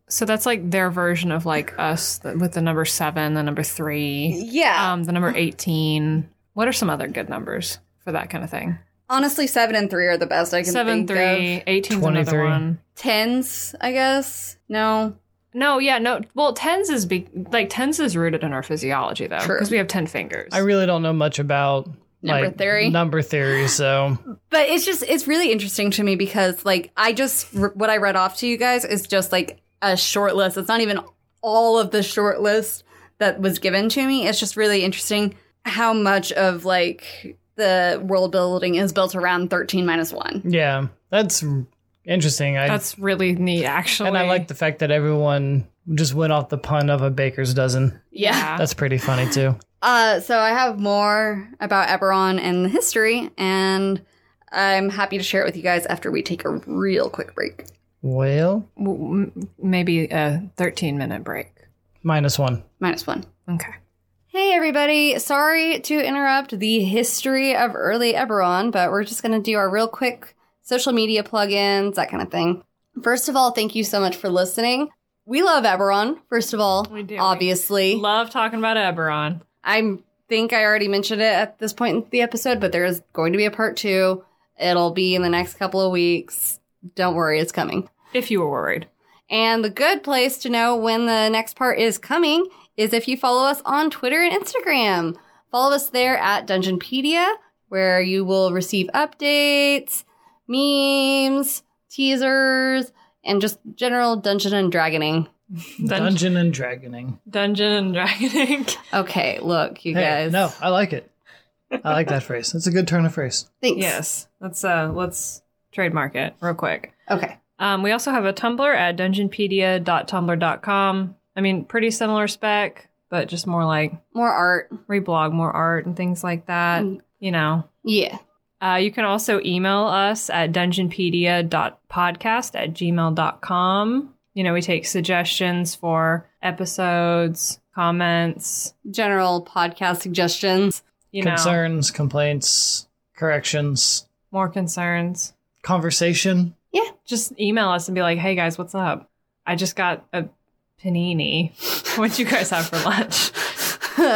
Speaker 2: So that's like their version of like us th- with the number seven, the number three,
Speaker 3: yeah,
Speaker 2: um, the number 18. What are some other good numbers for that kind of thing?
Speaker 3: honestly, seven and three are the best I can
Speaker 2: Seven,
Speaker 3: think
Speaker 2: three,
Speaker 3: of.
Speaker 2: 18 's another
Speaker 4: 23.
Speaker 2: one.
Speaker 3: Tens, I guess. No,
Speaker 2: No, yeah, no. Well, tens is be- like tens is rooted in our physiology though,
Speaker 3: True.
Speaker 2: because we have ten fingers.
Speaker 4: I really don't know much about
Speaker 3: Number
Speaker 4: like,
Speaker 3: theory?
Speaker 4: Number theory. So
Speaker 3: but it's just it's really interesting to me because like i just what i read off to you guys is just like a short list it's not even all of the short list that was given to me it's just really interesting how much of like the world building is built around 13 minus 1
Speaker 4: yeah, that's interesting. I
Speaker 2: that's really neat, actually.
Speaker 4: and I like the fact that everyone just went off the pun of a baker's dozen.
Speaker 2: yeah.
Speaker 4: That's pretty funny too.
Speaker 3: Uh, so I have more about Eberron and the history, and I'm happy to share it with you guys after we take a real quick break.
Speaker 4: Well,
Speaker 2: W- m- maybe a thirteen minute break.
Speaker 4: minus one.
Speaker 3: Minus one.
Speaker 2: Okay.
Speaker 3: Hey everybody, sorry to interrupt the history of early Eberron, but we're just going to do our real quick social media plugins, that kind of thing. First of all, thank you so much for listening. We love Eberron, first of all,
Speaker 2: We do.
Speaker 3: obviously.
Speaker 2: Love talking about Eberron.
Speaker 3: I think I already mentioned it at this point in the episode, but there is going to be a part two. It'll be in the next couple of weeks. Don't worry, it's coming.
Speaker 2: If you were worried.
Speaker 3: And the good place to know when the next part is coming is if you follow us on Twitter and Instagram. Follow us there at Dungeonpedia, where you will receive updates, memes, teasers, and just general dungeon and dragoning.
Speaker 2: Dun-
Speaker 4: Dungeon and dragoning.
Speaker 2: Dungeon and Dragoning.
Speaker 3: Okay, look, you
Speaker 4: Hey,
Speaker 3: guys.
Speaker 4: no, I like it. I like that phrase. That's a good turn of phrase.
Speaker 3: Thanks.
Speaker 2: yes. Let's uh let's trademark it real quick.
Speaker 3: Okay.
Speaker 2: Um, we also have a Tumblr at dungeonpedia.tumblr.com. I mean, pretty similar spec, but just more like
Speaker 3: More art.
Speaker 2: reblog, more art and things like that.
Speaker 3: Mm.
Speaker 2: You know.
Speaker 3: Yeah.
Speaker 2: Uh, you can also email us at dungeonpedia.podcast at gmail.com. You know, we take suggestions for episodes, comments,
Speaker 3: General podcast suggestions.
Speaker 2: you know,
Speaker 4: Concerns, complaints, corrections,
Speaker 2: more concerns.
Speaker 4: conversation.
Speaker 2: Yeah, just email us and be like, "Hey guys, what's up? I just got a panini. What'd you guys have for lunch?"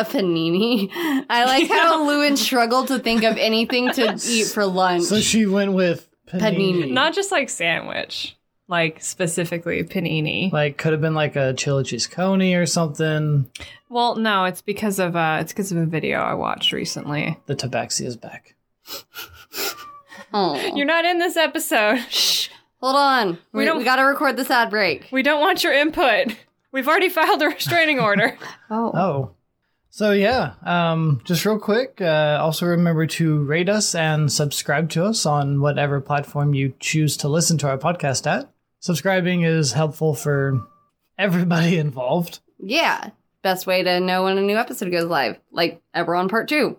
Speaker 3: panini. I like how Lewin struggled to think of anything to eat for lunch.
Speaker 4: So she went with panini.
Speaker 3: Panini.
Speaker 2: Not just like sandwich, like specifically panini.
Speaker 4: Like could have been like a chili cheese coney or something.
Speaker 2: well, no, it's because of uh, it's because of a video I watched recently.
Speaker 4: The tabaxi is back.
Speaker 3: Aw.
Speaker 2: You're not in this episode.
Speaker 3: Shh. Hold on. We,
Speaker 2: We don't-
Speaker 3: we got to record this ad break.
Speaker 2: We don't want your input. We've already filed a restraining order.
Speaker 3: Oh.
Speaker 4: Oh. So yeah, um, just real quick. Uh, also remember to rate us and subscribe to us on whatever platform you choose to listen to our podcast at. Subscribing is helpful for everybody involved.
Speaker 3: Yeah. Best way to know when a new episode goes live, like ever on part two.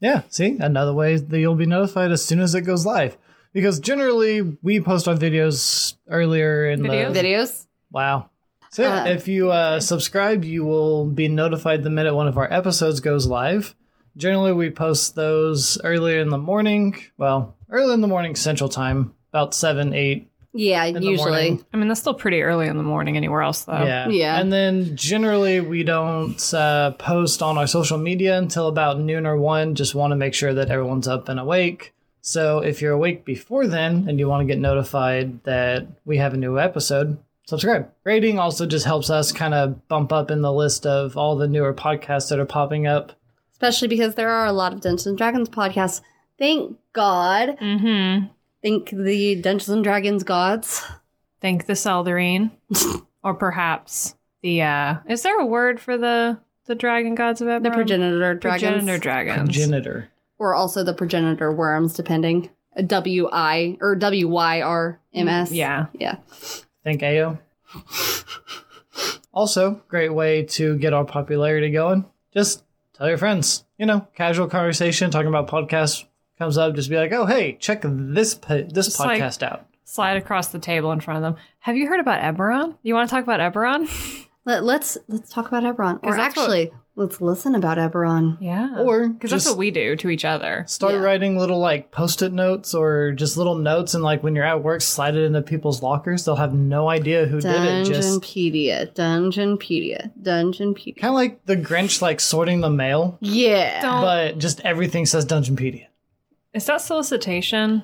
Speaker 4: Yeah, see, another way that you'll be notified as soon as it goes live. Because generally we post our videos earlier in
Speaker 2: Videos?
Speaker 4: the
Speaker 3: Videos.
Speaker 4: Wow. So yeah,
Speaker 3: Uh,
Speaker 4: if you uh, subscribe, you will be notified the minute one of our episodes goes live. Generally, we post those earlier in the morning. Well, early in the morning Central Time, about seven, eight.
Speaker 3: Yeah,
Speaker 4: the
Speaker 3: usually.
Speaker 4: morning.
Speaker 2: I mean, that's still pretty early in the morning anywhere else, though.
Speaker 4: yeah.
Speaker 3: Yeah.
Speaker 4: And then generally, we don't uh, post on our social media until about noon or one. Just want to make sure that everyone's up and awake. So if you're awake before then and you want to get notified that we have a new episode, subscribe. Rating also just helps us kind of bump up in the list of all the newer podcasts that are popping up.
Speaker 3: Especially because there are a lot of Dungeons and Dragons podcasts. Thank God.
Speaker 2: Mm-hmm.
Speaker 3: Thank the Dungeons and Dragons gods.
Speaker 2: Thank the Seldarine. or perhaps the, uh, is there a word for the the dragon gods of Eberron?
Speaker 3: The progenitor dragons.
Speaker 2: Progenitor dragons.
Speaker 4: Progenitor.
Speaker 3: or also the progenitor worms, depending. W I or W Y R M S.
Speaker 2: Mm, Yeah.
Speaker 3: Yeah.
Speaker 4: Thank Ao. also, great way to get our popularity going. Just tell your friends. You know, casual conversation talking about podcasts comes up. Just be like, "Oh, hey, check this po- this
Speaker 2: Just like-
Speaker 4: podcast out."
Speaker 2: Slide across the table in front of them. Have you heard about Eberron? You want to talk about Eberron?
Speaker 3: Let, let's let's talk about Eberron. Or
Speaker 2: 'Cause that's what-
Speaker 3: actually, let's listen about Eberron.
Speaker 2: Yeah.
Speaker 4: Or
Speaker 2: because uh, that's
Speaker 4: just-
Speaker 2: what we do to each other.
Speaker 4: Start
Speaker 3: Yeah.
Speaker 4: writing little like post-it notes or just little notes, and like when you're at work, slide it into people's lockers. They'll have no idea who did it. Just
Speaker 3: Dungeonpedia. Dungeonpedia. Dungeonpedia.
Speaker 4: kind of like the Grinch, like sorting the mail,
Speaker 3: Yeah.
Speaker 2: Don't-
Speaker 4: but just everything says Dungeonpedia.
Speaker 2: Is that solicitation?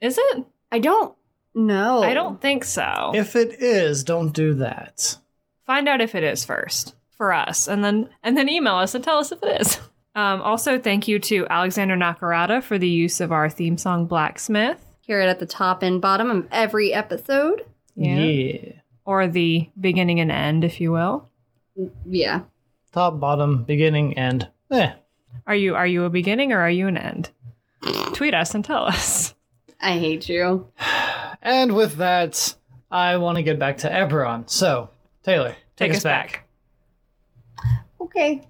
Speaker 2: Is it?
Speaker 3: I don't know.
Speaker 2: I don't think so.
Speaker 4: Oh. If it is, don't do that.
Speaker 2: find out if it is first for us and then and then email us and tell us if it is um, also thank you to alexander nakarada for the use of our theme song blacksmith
Speaker 3: hear it at the top and bottom of every episode.
Speaker 4: yeah.
Speaker 2: or the beginning and end if you will
Speaker 3: Yeah.
Speaker 4: top, bottom, beginning, end. Eh.
Speaker 2: are you are you a beginning or are you an end tweet us and tell us
Speaker 3: I hate you.
Speaker 4: And with that, I want to get back to Eberron. So, Taylor, take, us, back.
Speaker 3: Okay.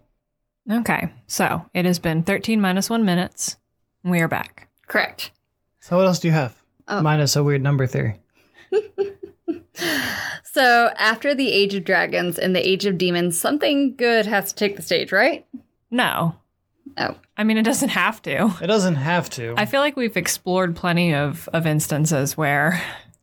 Speaker 2: back okay so it has been 13 minus 1 minutes we are back
Speaker 3: Correct.
Speaker 4: So, what else do you have?
Speaker 3: Oh.
Speaker 4: Minus a weird number theory.
Speaker 3: So after the Age of Dragons and the Age of Demons, something good has to take the stage, right?
Speaker 2: no
Speaker 3: Oh.
Speaker 2: i mean it doesn't have to
Speaker 4: It doesn't have to,
Speaker 2: I feel like we've explored plenty of, of instances where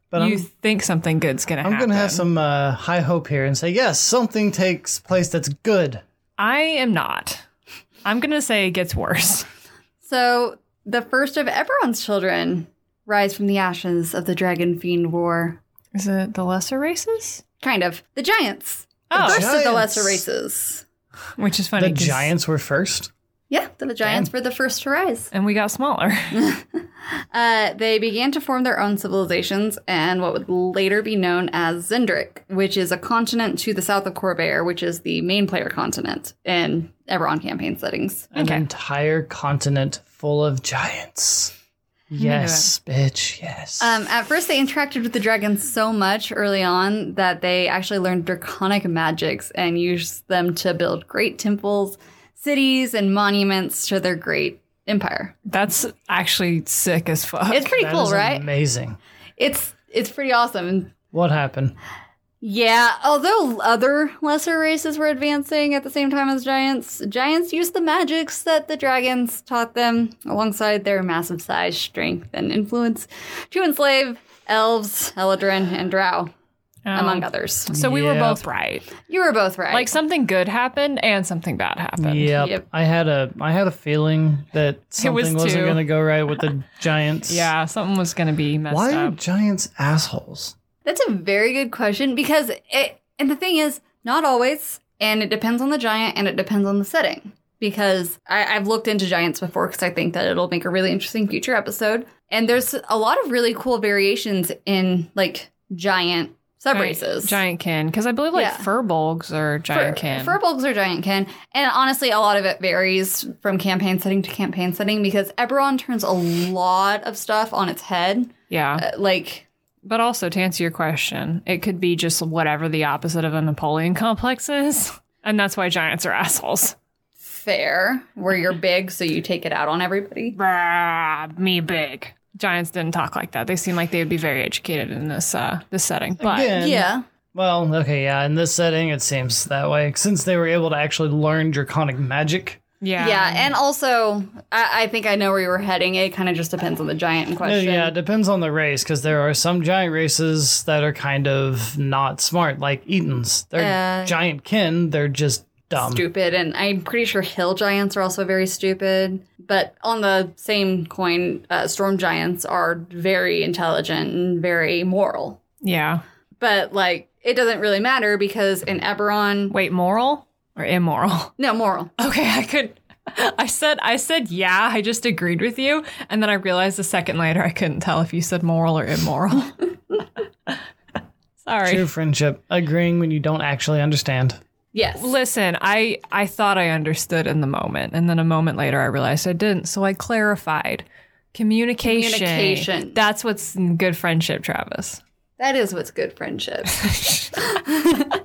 Speaker 4: but
Speaker 2: you
Speaker 4: I'm,
Speaker 2: think something good's gonna
Speaker 4: I'm
Speaker 2: happen.
Speaker 4: going to have some uh, high hope here and say, yes, something takes place that's good.
Speaker 2: I am not. I'm gonna say it gets worse.
Speaker 3: So the first of Eberron's children rise from the ashes of the Dragon Fiend War.
Speaker 2: Is it the lesser races?
Speaker 3: Kind of. The giants. The
Speaker 2: Oh.
Speaker 3: first of the
Speaker 4: Giants.
Speaker 3: lesser races.
Speaker 2: Which is funny.
Speaker 4: The
Speaker 2: 'cause-
Speaker 4: giants were first.
Speaker 3: Yeah, the giants were the first to rise.
Speaker 2: and we got smaller.
Speaker 3: Uh, they began to form their own civilizations and what would later be known as Zendric, which is a continent to the south of Corvair, which is the main player continent in Eberron campaign settings.
Speaker 2: Okay.
Speaker 4: An entire continent full of giants. Yes, bitch, yes.
Speaker 3: Um, at first, they interacted with the dragons so much early on that they actually learned draconic magics and used them to build great temples, cities, and monuments to their great empire.
Speaker 2: That's actually sick as fuck.
Speaker 3: It's pretty
Speaker 4: That
Speaker 3: cool,
Speaker 4: is
Speaker 3: right?
Speaker 4: Amazing.
Speaker 3: It's it's pretty awesome.
Speaker 4: What happened?
Speaker 3: Yeah, although other lesser races were advancing at the same time as giants, giants used the magics that the dragons taught them alongside their massive size, strength, and influence to enslave elves, Eladrin, and Drow, among others.
Speaker 2: Um, So we were
Speaker 4: Yep.
Speaker 2: both right.
Speaker 3: You were both right.
Speaker 2: Like something good happened and something bad happened.
Speaker 4: Yep.
Speaker 3: Yep.
Speaker 4: I had a I had a feeling that
Speaker 2: was
Speaker 4: something was not
Speaker 2: two.
Speaker 4: going to go right with the giants.
Speaker 2: Yeah, something was going to be messed
Speaker 4: Why are
Speaker 2: up.
Speaker 4: giants assholes?
Speaker 3: That's a very good question because it, and the thing is, not always, and it depends on the giant and it depends on the setting. Because I, I've looked into giants before because I think that it'll make a really interesting future episode. And there's a lot of really cool variations in like giant subraces.
Speaker 2: Giant kin. Because I believe like
Speaker 3: Yeah.
Speaker 2: furbolgs are giant kin.
Speaker 3: Furbolgs are giant kin. And honestly, a lot of it varies from campaign setting to campaign setting because Eberron turns a lot of stuff on its head.
Speaker 2: yeah.
Speaker 3: Uh, like
Speaker 2: But also, to answer your question, it could be just whatever the opposite of a Napoleon complex is. And that's why giants are assholes.
Speaker 3: fair, where you're big, so you take it out on everybody.
Speaker 2: Brah, me big. Giants didn't talk like that. They seem like they would be very educated in this uh, this setting. But
Speaker 4: Again,
Speaker 3: Yeah.
Speaker 4: Well, okay, yeah. In this setting, it seems that way since they were able to actually learn draconic magic.
Speaker 2: yeah,
Speaker 3: Yeah. and also, I, I think I know where you were heading. It kind of just depends on the giant in
Speaker 4: No,
Speaker 3: question.
Speaker 4: Uh, yeah, it depends on the race because there are some giant races that are kind of not smart, like Etons. They're
Speaker 3: Uh,
Speaker 4: giant kin. They're just dumb.
Speaker 3: Stupid, and I'm pretty sure hill giants are also very stupid. But on the same coin, uh, storm giants are very intelligent and very moral.
Speaker 2: yeah.
Speaker 3: But like, it doesn't really matter because in Eberron,
Speaker 2: Wait, moral or immoral?
Speaker 3: no moral.
Speaker 2: Okay, I could. I said I said yeah. I just agreed with you, and then I realized a second later I couldn't tell if you said moral or immoral. Sorry.
Speaker 4: True friendship, agreeing when you don't actually understand.
Speaker 3: Yes,
Speaker 2: Listen, I I thought I understood in the moment, and then a moment later I realized I didn't. So I clarified. Communication.
Speaker 3: Communication.
Speaker 2: That's what's in good friendship, Travis.
Speaker 3: that is what's good friendship.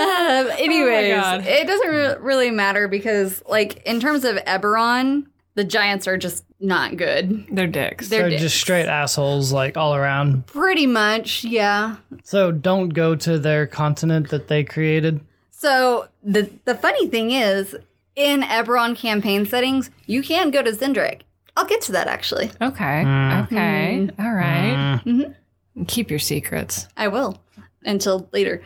Speaker 3: Um, anyways,
Speaker 2: God.
Speaker 3: it doesn't re- really matter because, like, in terms of Eberron, the giants are just not good.
Speaker 2: They're dicks.
Speaker 3: They're
Speaker 4: They're
Speaker 3: dicks.
Speaker 4: just straight assholes, like all around.
Speaker 3: Pretty much, yeah.
Speaker 4: So don't go to their continent that they created.
Speaker 3: So the the funny thing is, in Eberron campaign settings, you can go to Zendric. I'll get to that actually.
Speaker 2: okay.
Speaker 4: Mm.
Speaker 2: Okay.
Speaker 3: Hmm.
Speaker 2: All right.
Speaker 4: Hmm.
Speaker 3: Mhm.
Speaker 2: Keep your secrets.
Speaker 3: I will until later.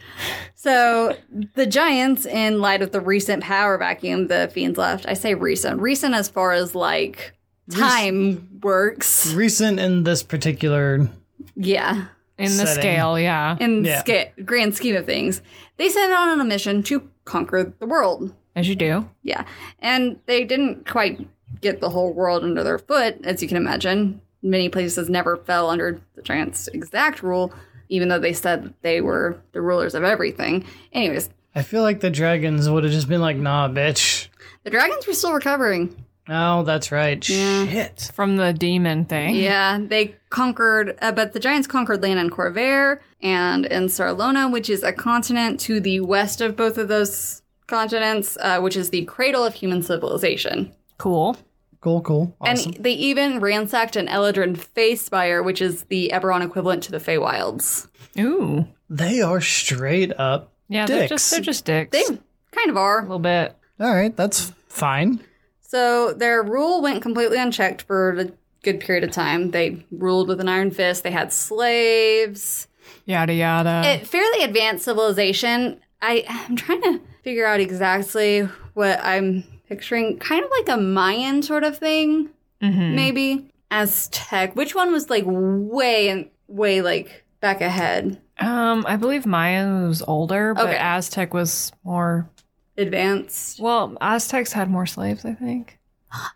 Speaker 3: So the giants, in light of the recent power vacuum the fiends left, I say recent, recent as far as like time works.
Speaker 4: Recent in this particular
Speaker 3: Yeah.
Speaker 2: In the
Speaker 4: Setting.
Speaker 2: scale, yeah.
Speaker 3: in the
Speaker 4: Yeah.
Speaker 3: sca- grand scheme of things, they set out on a mission to conquer the world.
Speaker 2: As you do.
Speaker 3: Yeah. And they didn't quite get the whole world under their foot, as you can imagine. Many places never fell under the giants' exact rule, even though they said that they were the rulers of everything. Anyways,
Speaker 4: I feel like the dragons would have just been like, nah, bitch.
Speaker 3: the dragons were still recovering.
Speaker 4: Oh, that's right.
Speaker 3: Yeah.
Speaker 4: Shit.
Speaker 2: From the demon thing.
Speaker 3: Yeah, they conquered, uh, but the giants conquered land in Corvair and in Sarlona, which is a continent to the west of both of those continents, uh, which is the cradle of human civilization.
Speaker 2: Cool.
Speaker 4: Cool, cool. Awesome.
Speaker 3: And they even ransacked an Eladrin Facespire, which is the Eberron equivalent to the Feywilds.
Speaker 2: Ooh.
Speaker 4: they are straight up.
Speaker 2: Yeah, they're
Speaker 4: Dicks.
Speaker 2: just they're just dicks.
Speaker 3: They
Speaker 2: a
Speaker 3: kind of are.
Speaker 2: little bit.
Speaker 4: All right, that's fine.
Speaker 3: So their rule went completely unchecked for a good period of time. They ruled with an iron fist. They had slaves.
Speaker 2: Yada yada.
Speaker 3: A fairly advanced civilization. I, I'm trying to figure out exactly what I'm picturing. Kind of like a Mayan sort of thing,
Speaker 2: Mhm.
Speaker 3: maybe. Aztec. Which one was like way, way like back ahead?
Speaker 2: Um, I believe Mayan was older, but
Speaker 3: Okay.
Speaker 2: Aztec was more.
Speaker 3: Advanced.
Speaker 2: Well, Aztecs had more slaves, I think.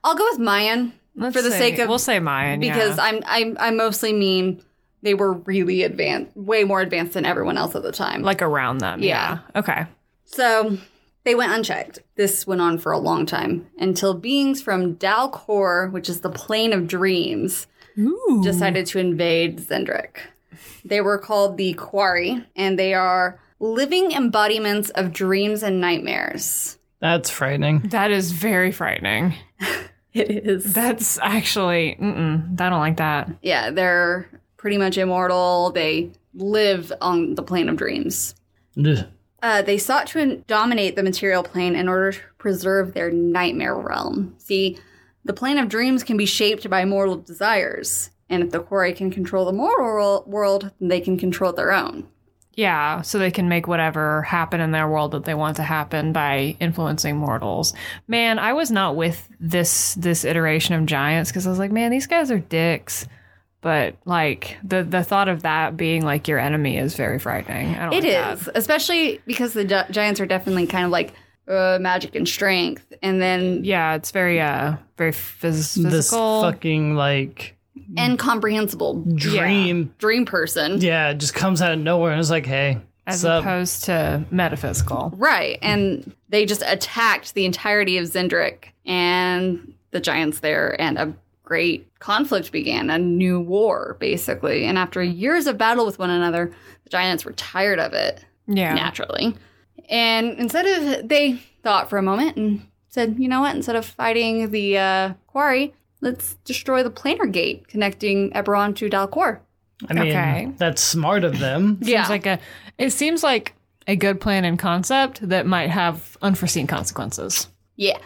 Speaker 3: I'll go with Mayan
Speaker 2: Let's
Speaker 3: For the
Speaker 2: say-
Speaker 3: sake of-
Speaker 2: we'll say Mayan
Speaker 3: because
Speaker 2: yeah.
Speaker 3: I'm I'm I mostly mean they were really advanced, way more advanced than everyone else at the time.
Speaker 2: like around them. Yeah. Okay.
Speaker 3: so they went unchecked. This went on for a long time until beings from Dalcor, which is the plane of dreams,
Speaker 2: Ooh.
Speaker 3: decided to invade Zendric. They were called the Quarry, and they are living embodiments of dreams and nightmares.
Speaker 4: That's frightening.
Speaker 2: That is very frightening.
Speaker 3: It is.
Speaker 2: That's actually. Mm-mm, I don't like that.
Speaker 3: yeah, they're pretty much immortal. They live on the plane of dreams.
Speaker 4: Ugh.
Speaker 3: Uh, they sought to in- dominate the material plane in order to preserve their nightmare realm. See, the plane of dreams can be shaped by mortal desires, and if the quarry can control the moral world, then they can control their own.
Speaker 2: Yeah, so they can make whatever happen in their world that they want to happen by influencing mortals. Man, I was not with this this iteration of giants because I was like, man, these guys are dicks. But like the the thought of that being like your enemy is very frightening. I don't
Speaker 3: It
Speaker 2: like
Speaker 3: is,
Speaker 2: that.
Speaker 3: especially because the gi- giants are definitely kind of like uh, magic and strength, and then
Speaker 2: Yeah, it's very uh very phys-
Speaker 4: This
Speaker 2: physical.
Speaker 4: fucking like
Speaker 3: incomprehensible
Speaker 4: dream.
Speaker 3: dream person.
Speaker 4: Yeah. it just comes out of nowhere and it's like, hey,
Speaker 2: as
Speaker 4: what's up?
Speaker 2: opposed to metaphysical.
Speaker 3: Right. And they just attacked the entirety of Zendric and the giants there, and a great conflict began, a new war, basically. And after years of battle with one another, the giants were tired of it,
Speaker 2: Yeah.
Speaker 3: naturally. And instead of, they thought for a moment and said, you know what, instead of fighting the uh, quarry, let's destroy the planar gate connecting Eberron to Dalcor.
Speaker 4: I mean,
Speaker 2: Okay.
Speaker 4: that's smart of them.
Speaker 2: Seems like a it seems like a good plan and concept that might have unforeseen consequences.
Speaker 3: Yeah.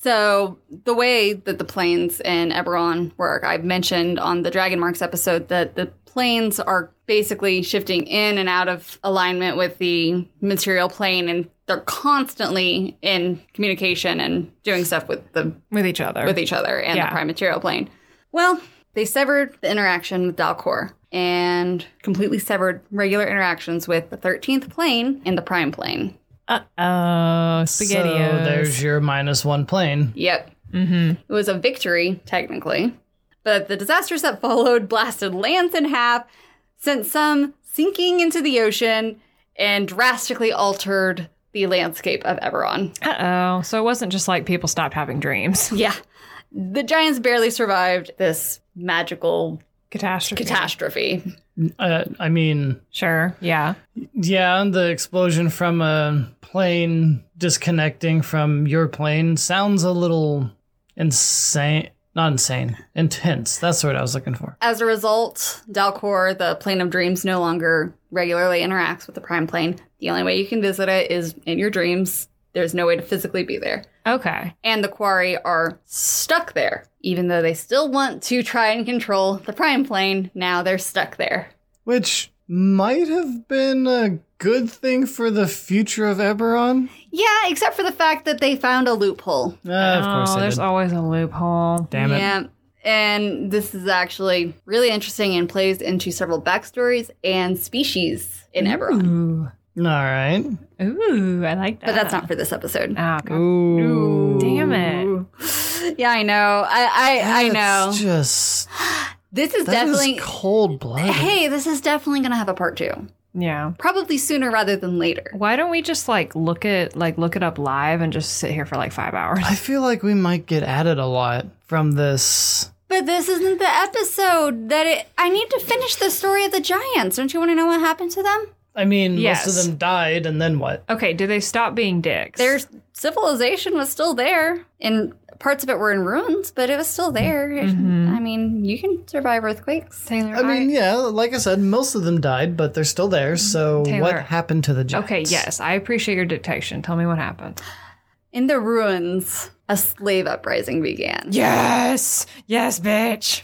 Speaker 3: So the way that the planes in Eberron work, I've mentioned on the Dragon Marks episode that the planes are basically shifting in and out of alignment with the material plane, and they're constantly in communication and doing stuff with the
Speaker 2: With each other.
Speaker 4: e-
Speaker 3: with each other and
Speaker 2: Yeah.
Speaker 3: the prime material plane. Well, they severed the interaction with Dalcor and completely severed regular interactions with the 13th plane and the prime plane.
Speaker 2: Uh-oh, spaghettios.
Speaker 4: So there's your minus one plane.
Speaker 3: Yep. It was a victory, technically. But the disasters that followed blasted lands in half, sent some sinking into the ocean, and drastically altered the landscape of Eberron.
Speaker 2: Uh-oh. So it wasn't just like people stopped having dreams.
Speaker 3: Yeah. The giants barely survived this magical
Speaker 2: Catastrophe.
Speaker 3: catastrophe.
Speaker 4: Uh, I mean,
Speaker 2: Sure. Yeah.
Speaker 4: yeah, and the explosion from a plane disconnecting from your plane sounds a little insane. Not insane, intense. That's what I was looking for.
Speaker 3: As a result, Dalcor, the plane of dreams, no longer regularly interacts with the prime plane. The only way you can visit it is in your dreams. There's no way to physically be there.
Speaker 2: Okay.
Speaker 3: and the quarry are stuck there. Even though they still want to try and control the prime plane, now they're stuck there.
Speaker 4: Which might have been a good thing for the future of Eberron.
Speaker 3: Yeah, except for the fact that they found a loophole.
Speaker 4: Uh, of course,
Speaker 2: oh,
Speaker 4: I
Speaker 2: there's
Speaker 4: did.
Speaker 2: always a loophole.
Speaker 4: Damn it.
Speaker 3: Yeah. And this is actually really interesting and plays into several backstories and species in
Speaker 4: Mm.
Speaker 3: Eberron.
Speaker 2: Ooh.
Speaker 4: All right.
Speaker 2: Ooh, I like that.
Speaker 3: But that's not for this episode.
Speaker 2: Oh, God.
Speaker 4: Ooh.
Speaker 2: Damn it.
Speaker 3: Yeah, I know. I I, I know.
Speaker 4: That's just
Speaker 3: This is
Speaker 4: that is
Speaker 3: definitely
Speaker 4: cold blooded.
Speaker 3: Hey, this is definitely gonna have a part two.
Speaker 2: Yeah.
Speaker 3: Probably sooner rather than later.
Speaker 2: Why don't we just like look at like look it up live and just sit here for like five hours?
Speaker 4: I feel like we might get added a lot from this.
Speaker 3: But this isn't the episode that it. I need to finish the story of the giants. Don't you want to know what happened to them?
Speaker 4: I mean, most
Speaker 2: Yes.
Speaker 4: of them died, and then what?
Speaker 2: Okay, do they stop being dicks?
Speaker 3: Their civilization was still there, and parts of it were in ruins, but it was still there. I mean, you can survive earthquakes.
Speaker 2: Taylor.
Speaker 4: I mean, yeah, like I said, most of them died, but they're still there. So
Speaker 2: Mm-hmm. Taylor.
Speaker 4: what happened to the giants?
Speaker 2: Okay, yes, I appreciate your dictation. Tell me what happened.
Speaker 3: In the ruins, a slave uprising began.
Speaker 2: Yes, yes, bitch.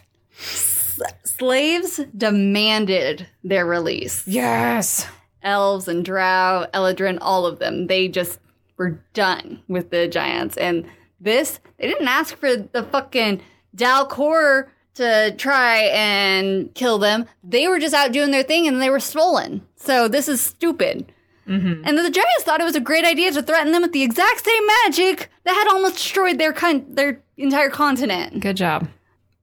Speaker 3: Slaves demanded their release.
Speaker 2: Yes.
Speaker 3: elves and drow, eladrin, all of them. They just were done with the giants. And this, they didn't ask for the fucking Dalcor to try and kill them. They were just out doing their thing and they were stolen. So this is stupid. And the giants thought it was a great idea to threaten them with the exact same magic that had almost destroyed their con- their entire continent.
Speaker 2: Good job.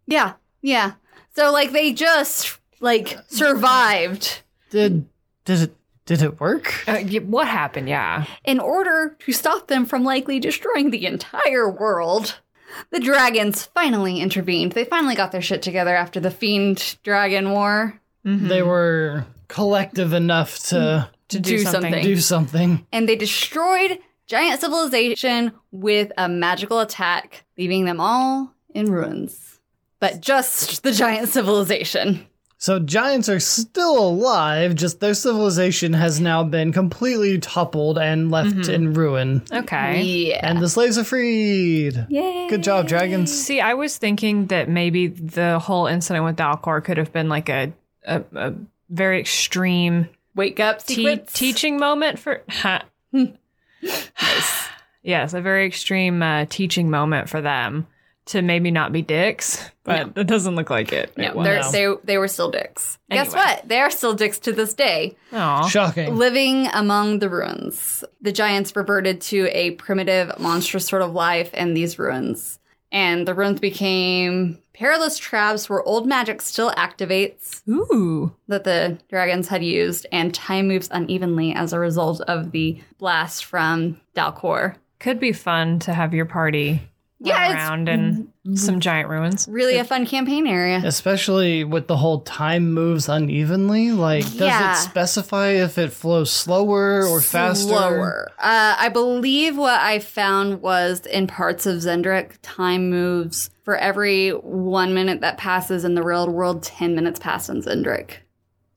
Speaker 3: Yeah, yeah. So like they just like survived.
Speaker 4: Did did it did it work?
Speaker 2: Uh, y- what happened? Yeah.
Speaker 3: in order to stop them from likely destroying the entire world. The dragons finally intervened. They finally got their shit together after the Fiend Dragon War.
Speaker 2: Mm-hmm.
Speaker 4: They were collective enough to
Speaker 2: To
Speaker 3: do
Speaker 2: Mm-hmm.
Speaker 3: something.
Speaker 4: do something.
Speaker 3: And they destroyed giant civilization with a magical attack, leaving them all in ruins. But just the giant civilization.
Speaker 4: So giants are still alive, just their civilization has now been completely toppled and left
Speaker 2: Mm-hmm.
Speaker 4: in ruin.
Speaker 2: Okay.
Speaker 3: Yeah.
Speaker 4: And the slaves are freed.
Speaker 3: Yay.
Speaker 4: Good job, dragons.
Speaker 2: See, I was thinking that maybe the whole incident with Dalcor could have been like a a, a very extreme
Speaker 3: Wake up,
Speaker 2: te-
Speaker 3: sequence.
Speaker 2: teaching moment for. Huh. Yes, a very extreme uh, teaching moment for them to maybe not be dicks, but it doesn't look like it.
Speaker 3: No,
Speaker 2: It
Speaker 3: they're,
Speaker 2: was.
Speaker 3: they they were still dicks. Guess
Speaker 2: Anyway.
Speaker 3: what? They are still dicks to this day,
Speaker 2: Aw.
Speaker 4: Shocking.
Speaker 3: living among the ruins. The giants reverted to a primitive, monstrous sort of life in these ruins, and the ruins became perilous traps where old magic still activates
Speaker 2: Ooh.
Speaker 3: that the dragons had used, and time moves unevenly as a result of the blast from Dalcor.
Speaker 2: Could be fun to have your party
Speaker 3: Yeah,
Speaker 2: run
Speaker 3: it's-
Speaker 2: around in some giant ruins.
Speaker 3: Really, a fun campaign area.
Speaker 4: Especially with the whole time moves unevenly. Like,
Speaker 3: Yeah.
Speaker 4: does it specify if it flows slower or faster?
Speaker 3: Slower. Uh, I believe what I found was in parts of Zendrick, time moves for every one minute that passes in the real world, 10 minutes pass in Zendrick.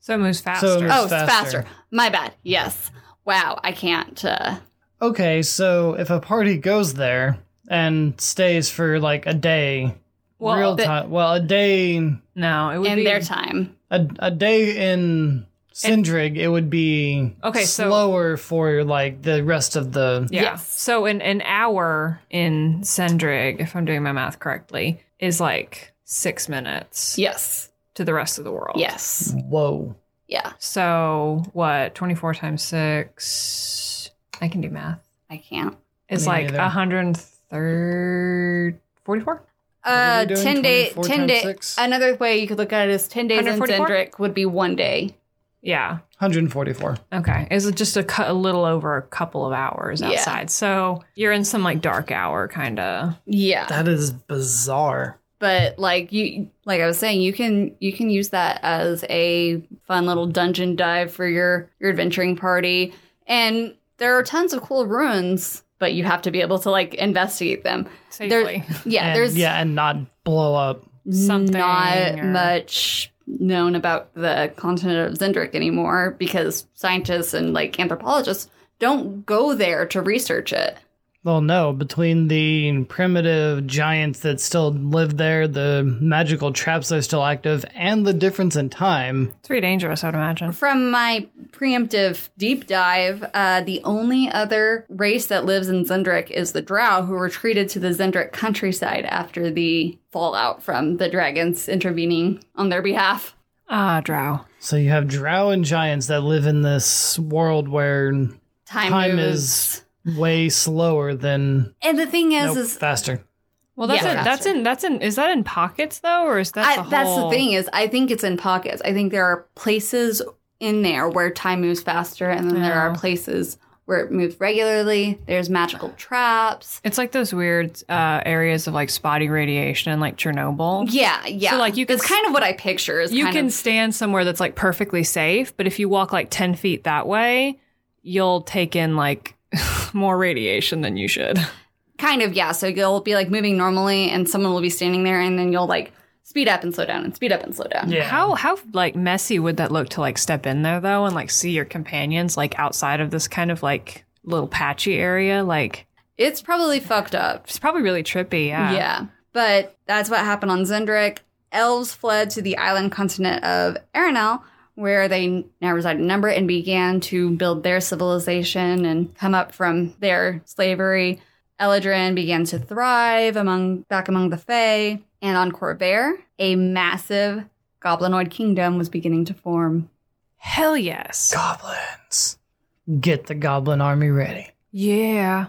Speaker 2: So it moves faster.
Speaker 4: So it moves-
Speaker 3: oh, it's
Speaker 4: faster.
Speaker 3: faster. My bad. Yes. Wow. I can't. Uh,
Speaker 4: Okay, so if a party goes there and stays for like a day,
Speaker 2: Well,
Speaker 4: real
Speaker 2: but-
Speaker 4: time, well, a day
Speaker 2: no, it would
Speaker 3: in
Speaker 2: be
Speaker 3: their time.
Speaker 4: a, a day in Sindrig, it would be
Speaker 2: Okay, so-
Speaker 4: slower for like the rest of the.
Speaker 2: Yeah.
Speaker 3: Yes.
Speaker 2: So an an hour in Sendrig, if I'm doing my math correctly, is like six minutes
Speaker 3: Yes.
Speaker 2: to the rest of the world.
Speaker 3: Yes.
Speaker 4: Whoa.
Speaker 3: Yeah.
Speaker 2: So what? Twenty four times six. I can do math.
Speaker 3: I can't.
Speaker 2: It's
Speaker 4: Me
Speaker 2: like
Speaker 4: neither.
Speaker 2: a hundred third. 44?
Speaker 4: What
Speaker 3: Uh,
Speaker 4: are we doing?
Speaker 3: 10 day,
Speaker 4: 24
Speaker 3: 10
Speaker 4: times
Speaker 3: day. uh
Speaker 4: six?
Speaker 3: Another way you could look at it is 10 days in
Speaker 2: 144?
Speaker 3: Zendrick would be one day.
Speaker 2: Yeah.
Speaker 4: 144.
Speaker 2: Okay. It's just a, cou- a little over a couple of hours
Speaker 3: Yeah.
Speaker 2: outside. So you're in some like dark hour kind of.
Speaker 3: Yeah.
Speaker 4: That is bizarre.
Speaker 3: but like you like i was saying you can you can use that as a fun little dungeon dive for your your adventuring party and there are tons of cool ruins but you have to be able to like investigate them
Speaker 2: Safely.
Speaker 3: yeah
Speaker 4: And-
Speaker 3: there's
Speaker 4: yeah, and not blow up.
Speaker 2: Something
Speaker 3: not
Speaker 2: or-
Speaker 3: much known about the continent of zendrick anymore because scientists and like anthropologists don't go there to research it
Speaker 4: Well, no, between the primitive giants that still live there, the magical traps that are still active, and the difference in time.
Speaker 2: It's pretty dangerous, I would imagine.
Speaker 3: From my preemptive deep dive, uh, the only other race that lives in Zendrick is the Drow, who retreated to the Zendrick countryside after the fallout from the dragons intervening on their behalf.
Speaker 2: Ah, Drow.
Speaker 4: So you have drow and giants that live in this world where
Speaker 3: Time,
Speaker 4: time
Speaker 3: moves.
Speaker 4: is way slower than
Speaker 3: And the thing is,
Speaker 4: nope,
Speaker 3: is
Speaker 4: faster.
Speaker 2: Well, that's
Speaker 3: Yeah.
Speaker 2: in, that's in that's in is that in pockets though, or is that
Speaker 3: I,
Speaker 2: the whole,
Speaker 3: that's the thing is, I think it's in pockets. I think there are places in there where time moves faster, and then there are
Speaker 2: Yeah.
Speaker 3: places where it moves regularly. There's magical traps.
Speaker 2: It's like those weird uh, areas of like spotty radiation, like Chernobyl.
Speaker 3: Yeah, yeah.
Speaker 2: like, you can
Speaker 3: That's
Speaker 2: s-
Speaker 3: kind of what I picture. Is
Speaker 2: You
Speaker 3: kind
Speaker 2: can
Speaker 3: of-
Speaker 2: stand somewhere that's like perfectly safe, but if you walk like ten feet that way, you'll take in like more radiation than you should.
Speaker 3: Kind of, yeah. So you'll be like moving normally, and someone will be standing there, and then you'll like speed up and slow down and speed up and slow down.
Speaker 2: How how like messy would that look to like step in there though, and like see your companions like outside of this kind of like little patchy area? Like
Speaker 3: It's probably fucked up.
Speaker 2: it's probably really trippy. Yeah.
Speaker 3: Yeah. But that's what happened on Zendrick. Elves fled to the island continent of Arenal, where they now reside in number and began to build their civilization and come up from their slavery. Eladrin began to thrive among back among the Fae, and on Corvair, a massive goblinoid kingdom was beginning to form.
Speaker 2: Hell yes.
Speaker 4: Goblins. Get the goblin army ready.
Speaker 2: Yeah.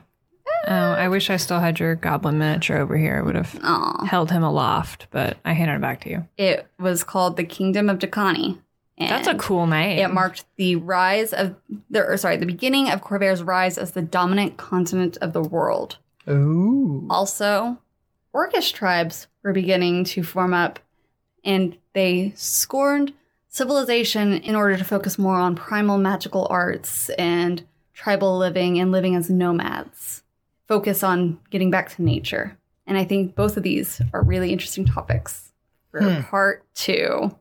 Speaker 2: Oh, I wish I still had your goblin miniature over here. I would have
Speaker 3: Aw.
Speaker 2: held him aloft, but I handed it back to you.
Speaker 3: It was called the Kingdom of Dakani. and
Speaker 2: That's a cool name.
Speaker 3: It marked the rise of the, or sorry, the beginning of Corvair's rise as the dominant continent of the world.
Speaker 4: Ooh.
Speaker 3: Also, Orcish tribes were beginning to form up, and they scorned civilization in order to focus more on primal magical arts and tribal living and living as nomads. Focus on getting back to nature. And I think both of these are really interesting topics for
Speaker 4: Hmm.
Speaker 3: part two.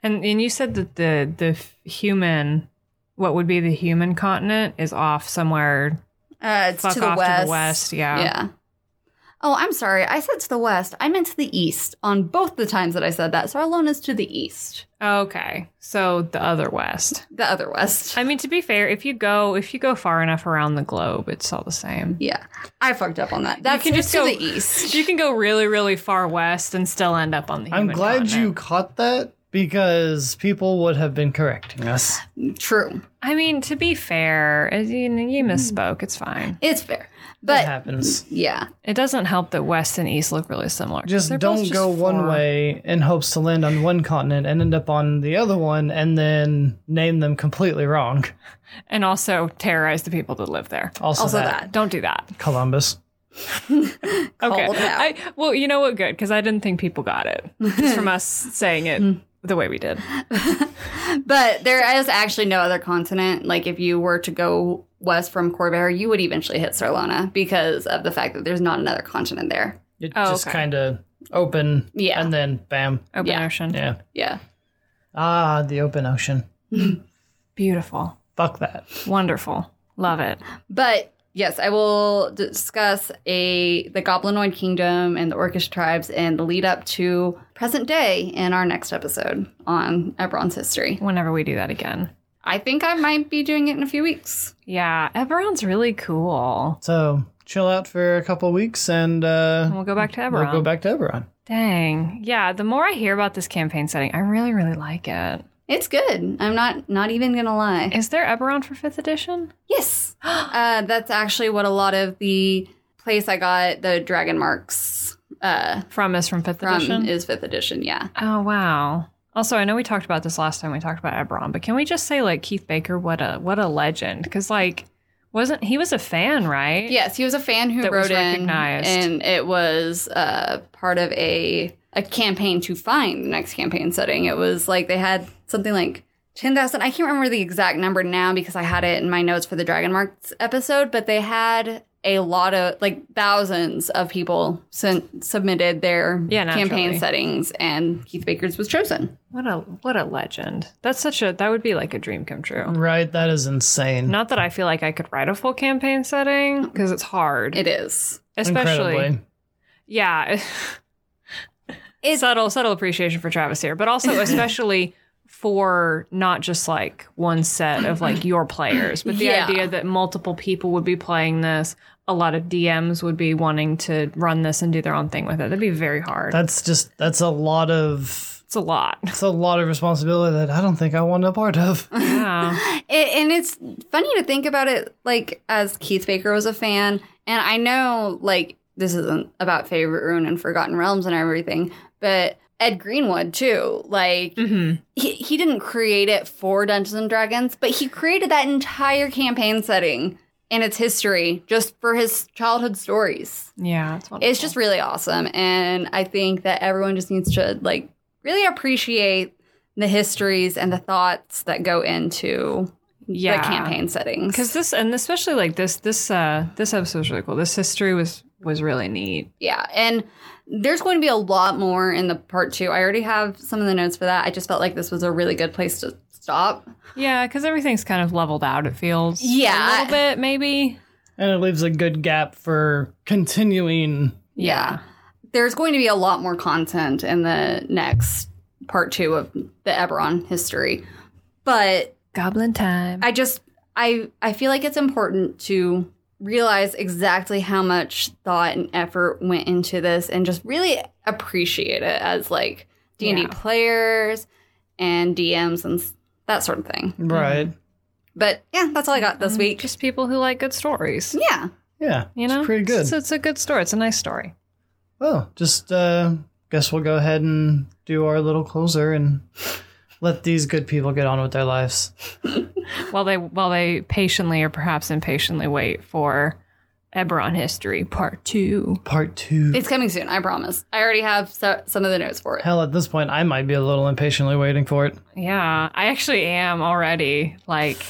Speaker 2: And and you said that the the f- human, what would be the human continent, is off somewhere.
Speaker 3: Uh, it's
Speaker 2: Fuck
Speaker 3: to the
Speaker 2: off
Speaker 3: west.
Speaker 2: to the west. Yeah.
Speaker 3: Yeah. Oh, I'm sorry. I said to the west. I meant to the east on both the times that I said that. So our loan is to the east,
Speaker 2: Okay. So the other west.
Speaker 3: the other west.
Speaker 2: I mean, to be fair, if you go if you go far enough around the globe, it's all the same.
Speaker 3: yeah, I fucked up on that. That's
Speaker 2: can
Speaker 3: just
Speaker 2: just
Speaker 3: to
Speaker 2: go-
Speaker 3: the east.
Speaker 2: You can go really, really far west and still end up on the.
Speaker 4: I'm
Speaker 2: human
Speaker 4: glad you
Speaker 2: continent.
Speaker 4: caught that because people would have been correcting us.
Speaker 3: True,
Speaker 2: I mean, to be fair, as you,
Speaker 3: Hmm.
Speaker 2: you misspoke. It's fine.
Speaker 3: it's fair,
Speaker 4: That
Speaker 3: but
Speaker 4: happens.
Speaker 3: yeah,
Speaker 2: It doesn't help that west and east look really similar. 'cause
Speaker 4: Just
Speaker 2: they're both
Speaker 4: don't go one
Speaker 2: four-
Speaker 4: way in hopes to land on one continent and end up on the other one and then name them completely wrong.
Speaker 2: and also terrorize the people that live there.
Speaker 4: Also,
Speaker 3: also
Speaker 4: that.
Speaker 3: that.
Speaker 2: Don't do that.
Speaker 4: Columbus.
Speaker 2: Okay.
Speaker 3: Called out.
Speaker 2: I, well, you know what? Good because I didn't think people got it just from us saying it the way we did.
Speaker 3: But there is actually no other continent. Like if you were to go west from Corbera, you would eventually hit Sarlona because of the fact that there's not another continent there.
Speaker 4: It
Speaker 2: Oh,
Speaker 4: just
Speaker 2: okay.
Speaker 4: kind of open.
Speaker 3: Yeah.
Speaker 4: And then bam.
Speaker 2: Open
Speaker 3: Yeah.
Speaker 2: ocean.
Speaker 4: Yeah.
Speaker 3: Yeah.
Speaker 4: Ah, the open ocean.
Speaker 2: Beautiful.
Speaker 4: Fuck that.
Speaker 2: Wonderful. Love it.
Speaker 3: But yes, I will discuss a the Goblinoid Kingdom and the Orcish tribes and the lead up to present day in our next episode on Eberron's history.
Speaker 2: Whenever we do that again.
Speaker 3: I think I might be doing it in a few weeks.
Speaker 2: Yeah, Eberron's really cool.
Speaker 4: So chill out for a couple weeks and uh,
Speaker 2: And we'll go back to Eberron.
Speaker 4: we'll go back to Eberron.
Speaker 2: Dang. Yeah, the more I hear about this campaign setting, I really, really like it.
Speaker 3: It's good. I'm not not even gonna lie.
Speaker 2: Is there Eberron for fifth edition?
Speaker 3: Yes, uh, that's actually what a lot of the place I got the dragon marks uh,
Speaker 2: From is from fifth
Speaker 3: from
Speaker 2: edition.
Speaker 3: is fifth edition. Yeah,
Speaker 2: Oh wow. Also, I know we talked about this last time we talked about Ebron, but can we just say like Keith Baker, what a what a legend? Because like, wasn't he was a fan, right?
Speaker 3: yes, he was a fan who
Speaker 2: That was
Speaker 3: wrote in,
Speaker 2: recognized.
Speaker 3: and it was uh, part of a a campaign to find the next campaign setting. It was like they had something like. 10,000. I can't remember the exact number now because I had it in my notes for the Dragon Marks episode, but they had a lot of, like, thousands of people sent, submitted their
Speaker 2: Yeah, naturally.
Speaker 3: campaign settings, and Keith Baker's was chosen.
Speaker 2: What a what a legend. That's such a that would be like a dream come true.
Speaker 4: Right, that is insane.
Speaker 2: Not that I feel like I could write a full campaign setting because it's hard,
Speaker 3: It is.
Speaker 2: especially
Speaker 4: Incredibly.
Speaker 2: yeah. subtle subtle appreciation for Travis here, but also especially for not just like one set of like your players, but the
Speaker 3: Yeah.
Speaker 2: idea that multiple people would be playing this, a lot of DMs would be wanting to run this and do their own thing with it. That'd be very hard.
Speaker 4: That's just that's a lot of
Speaker 2: it's a lot.
Speaker 4: it's a lot of responsibility that I don't think I want a part of.
Speaker 2: Yeah.
Speaker 3: It, and it's funny to think about it, like, as Keith Baker was a fan. And I know, like, this isn't about Favorite Rune and Forgotten Realms and everything, but Ed Greenwood, too. Like,
Speaker 2: Mhm.
Speaker 3: he, he didn't create it for Dungeons and Dragons, but he created that entire campaign setting and its history just for his childhood stories.
Speaker 2: Yeah. It's,
Speaker 3: It's
Speaker 2: wonderful.
Speaker 3: just really awesome. And I think that everyone just needs to, like, really appreciate the histories and the thoughts that go into
Speaker 2: yeah.
Speaker 3: the campaign settings.
Speaker 2: Because this and especially like this this uh this episode was really cool. This history was was really neat.
Speaker 3: yeah, and there's going to be a lot more in the part two. I already have some of the notes for that. I just felt like this was a really good place to stop.
Speaker 2: Yeah, because everything's kind of leveled out. It feels
Speaker 3: Yeah.
Speaker 2: a little bit maybe.
Speaker 4: and it leaves a good gap for continuing
Speaker 3: Yeah. There's going to be a lot more content in the next part two of the Eberron history, but
Speaker 2: Goblin time.
Speaker 3: I just I I feel like it's important to realize exactly how much thought and effort went into this and just really appreciate it as like D&D
Speaker 2: Yeah.
Speaker 3: players and DMs and s- that sort of thing.
Speaker 4: right.
Speaker 2: Mm.
Speaker 3: But yeah, that's all I got this week.
Speaker 2: Just people who like good stories.
Speaker 3: yeah.
Speaker 4: Yeah.
Speaker 2: You know,
Speaker 4: It's pretty good.
Speaker 2: It's, it's a good story. It's a nice story.
Speaker 4: well, just uh guess we'll go ahead and do our little closer and let these good people get on with their lives.
Speaker 2: While they while they patiently or perhaps impatiently wait for Eberron history part two.
Speaker 4: Part two.
Speaker 3: It's coming soon, I promise. I already have so- some of the notes for it.
Speaker 4: Hell, at this point, I might be a little impatiently waiting for it.
Speaker 2: Yeah, I actually am already. Like,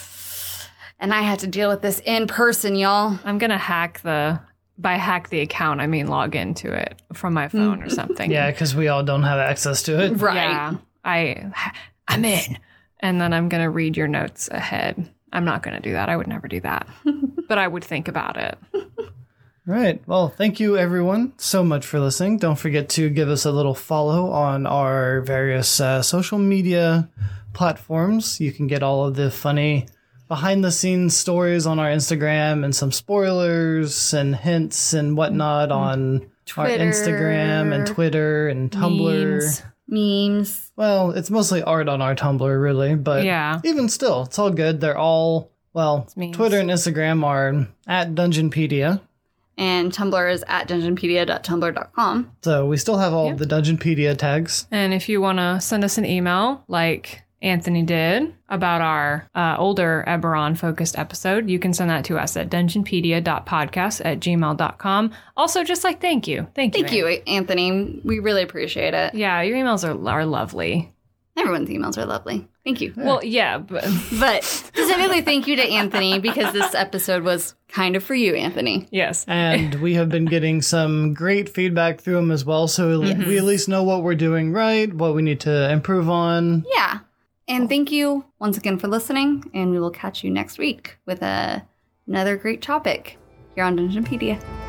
Speaker 3: And I had to deal with this in person, y'all.
Speaker 2: I'm gonna hack the by hack the account. I mean, log into it from my phone or something.
Speaker 4: Yeah, because we all don't have access to it.
Speaker 3: Right.
Speaker 2: Yeah, I I'm in. And then I'm going to read your notes ahead. I'm not going to do that. I would never do that. but I would think about it.
Speaker 4: Right. Well, thank you everyone so much for listening. Don't forget to give us a little follow on our various uh, social media platforms. You can get all of the funny behind the scenes stories on our Instagram and some spoilers and hints and whatnot on our Instagram and Twitter and Tumblr.
Speaker 2: Mm-hmm. Memes.
Speaker 3: Memes.
Speaker 4: Well, it's mostly art on our Tumblr, really, but
Speaker 2: Yeah.
Speaker 4: even still, it's all good. They're all, well,
Speaker 2: memes.
Speaker 4: Twitter and Instagram are at Dungeonpedia.
Speaker 3: And Tumblr is at dungeonpedia.tumblr.com.
Speaker 4: So we still have all
Speaker 2: Yeah.
Speaker 4: of the Dungeonpedia tags.
Speaker 2: And if you want to send us an email, like Anthony did about our uh, older Eberron focused episode, you can send that to us at dungeonpedia.podcast at gmail.com. Also, just like thank you. Thank you.
Speaker 3: Thank you, Anthony. We really appreciate it.
Speaker 2: Yeah, your emails are, are lovely.
Speaker 3: Everyone's emails are lovely. Thank you.
Speaker 2: Well, yeah, but
Speaker 3: But specifically, thank you to Anthony because this episode was kind of for you, Anthony.
Speaker 2: yes.
Speaker 4: And we have been getting some great feedback through them as well. So we at least know what we're doing right, what we need to improve on.
Speaker 3: Yeah. And thank you once again for listening. And we will catch you next week with a, another great topic here on Dungeonpedia.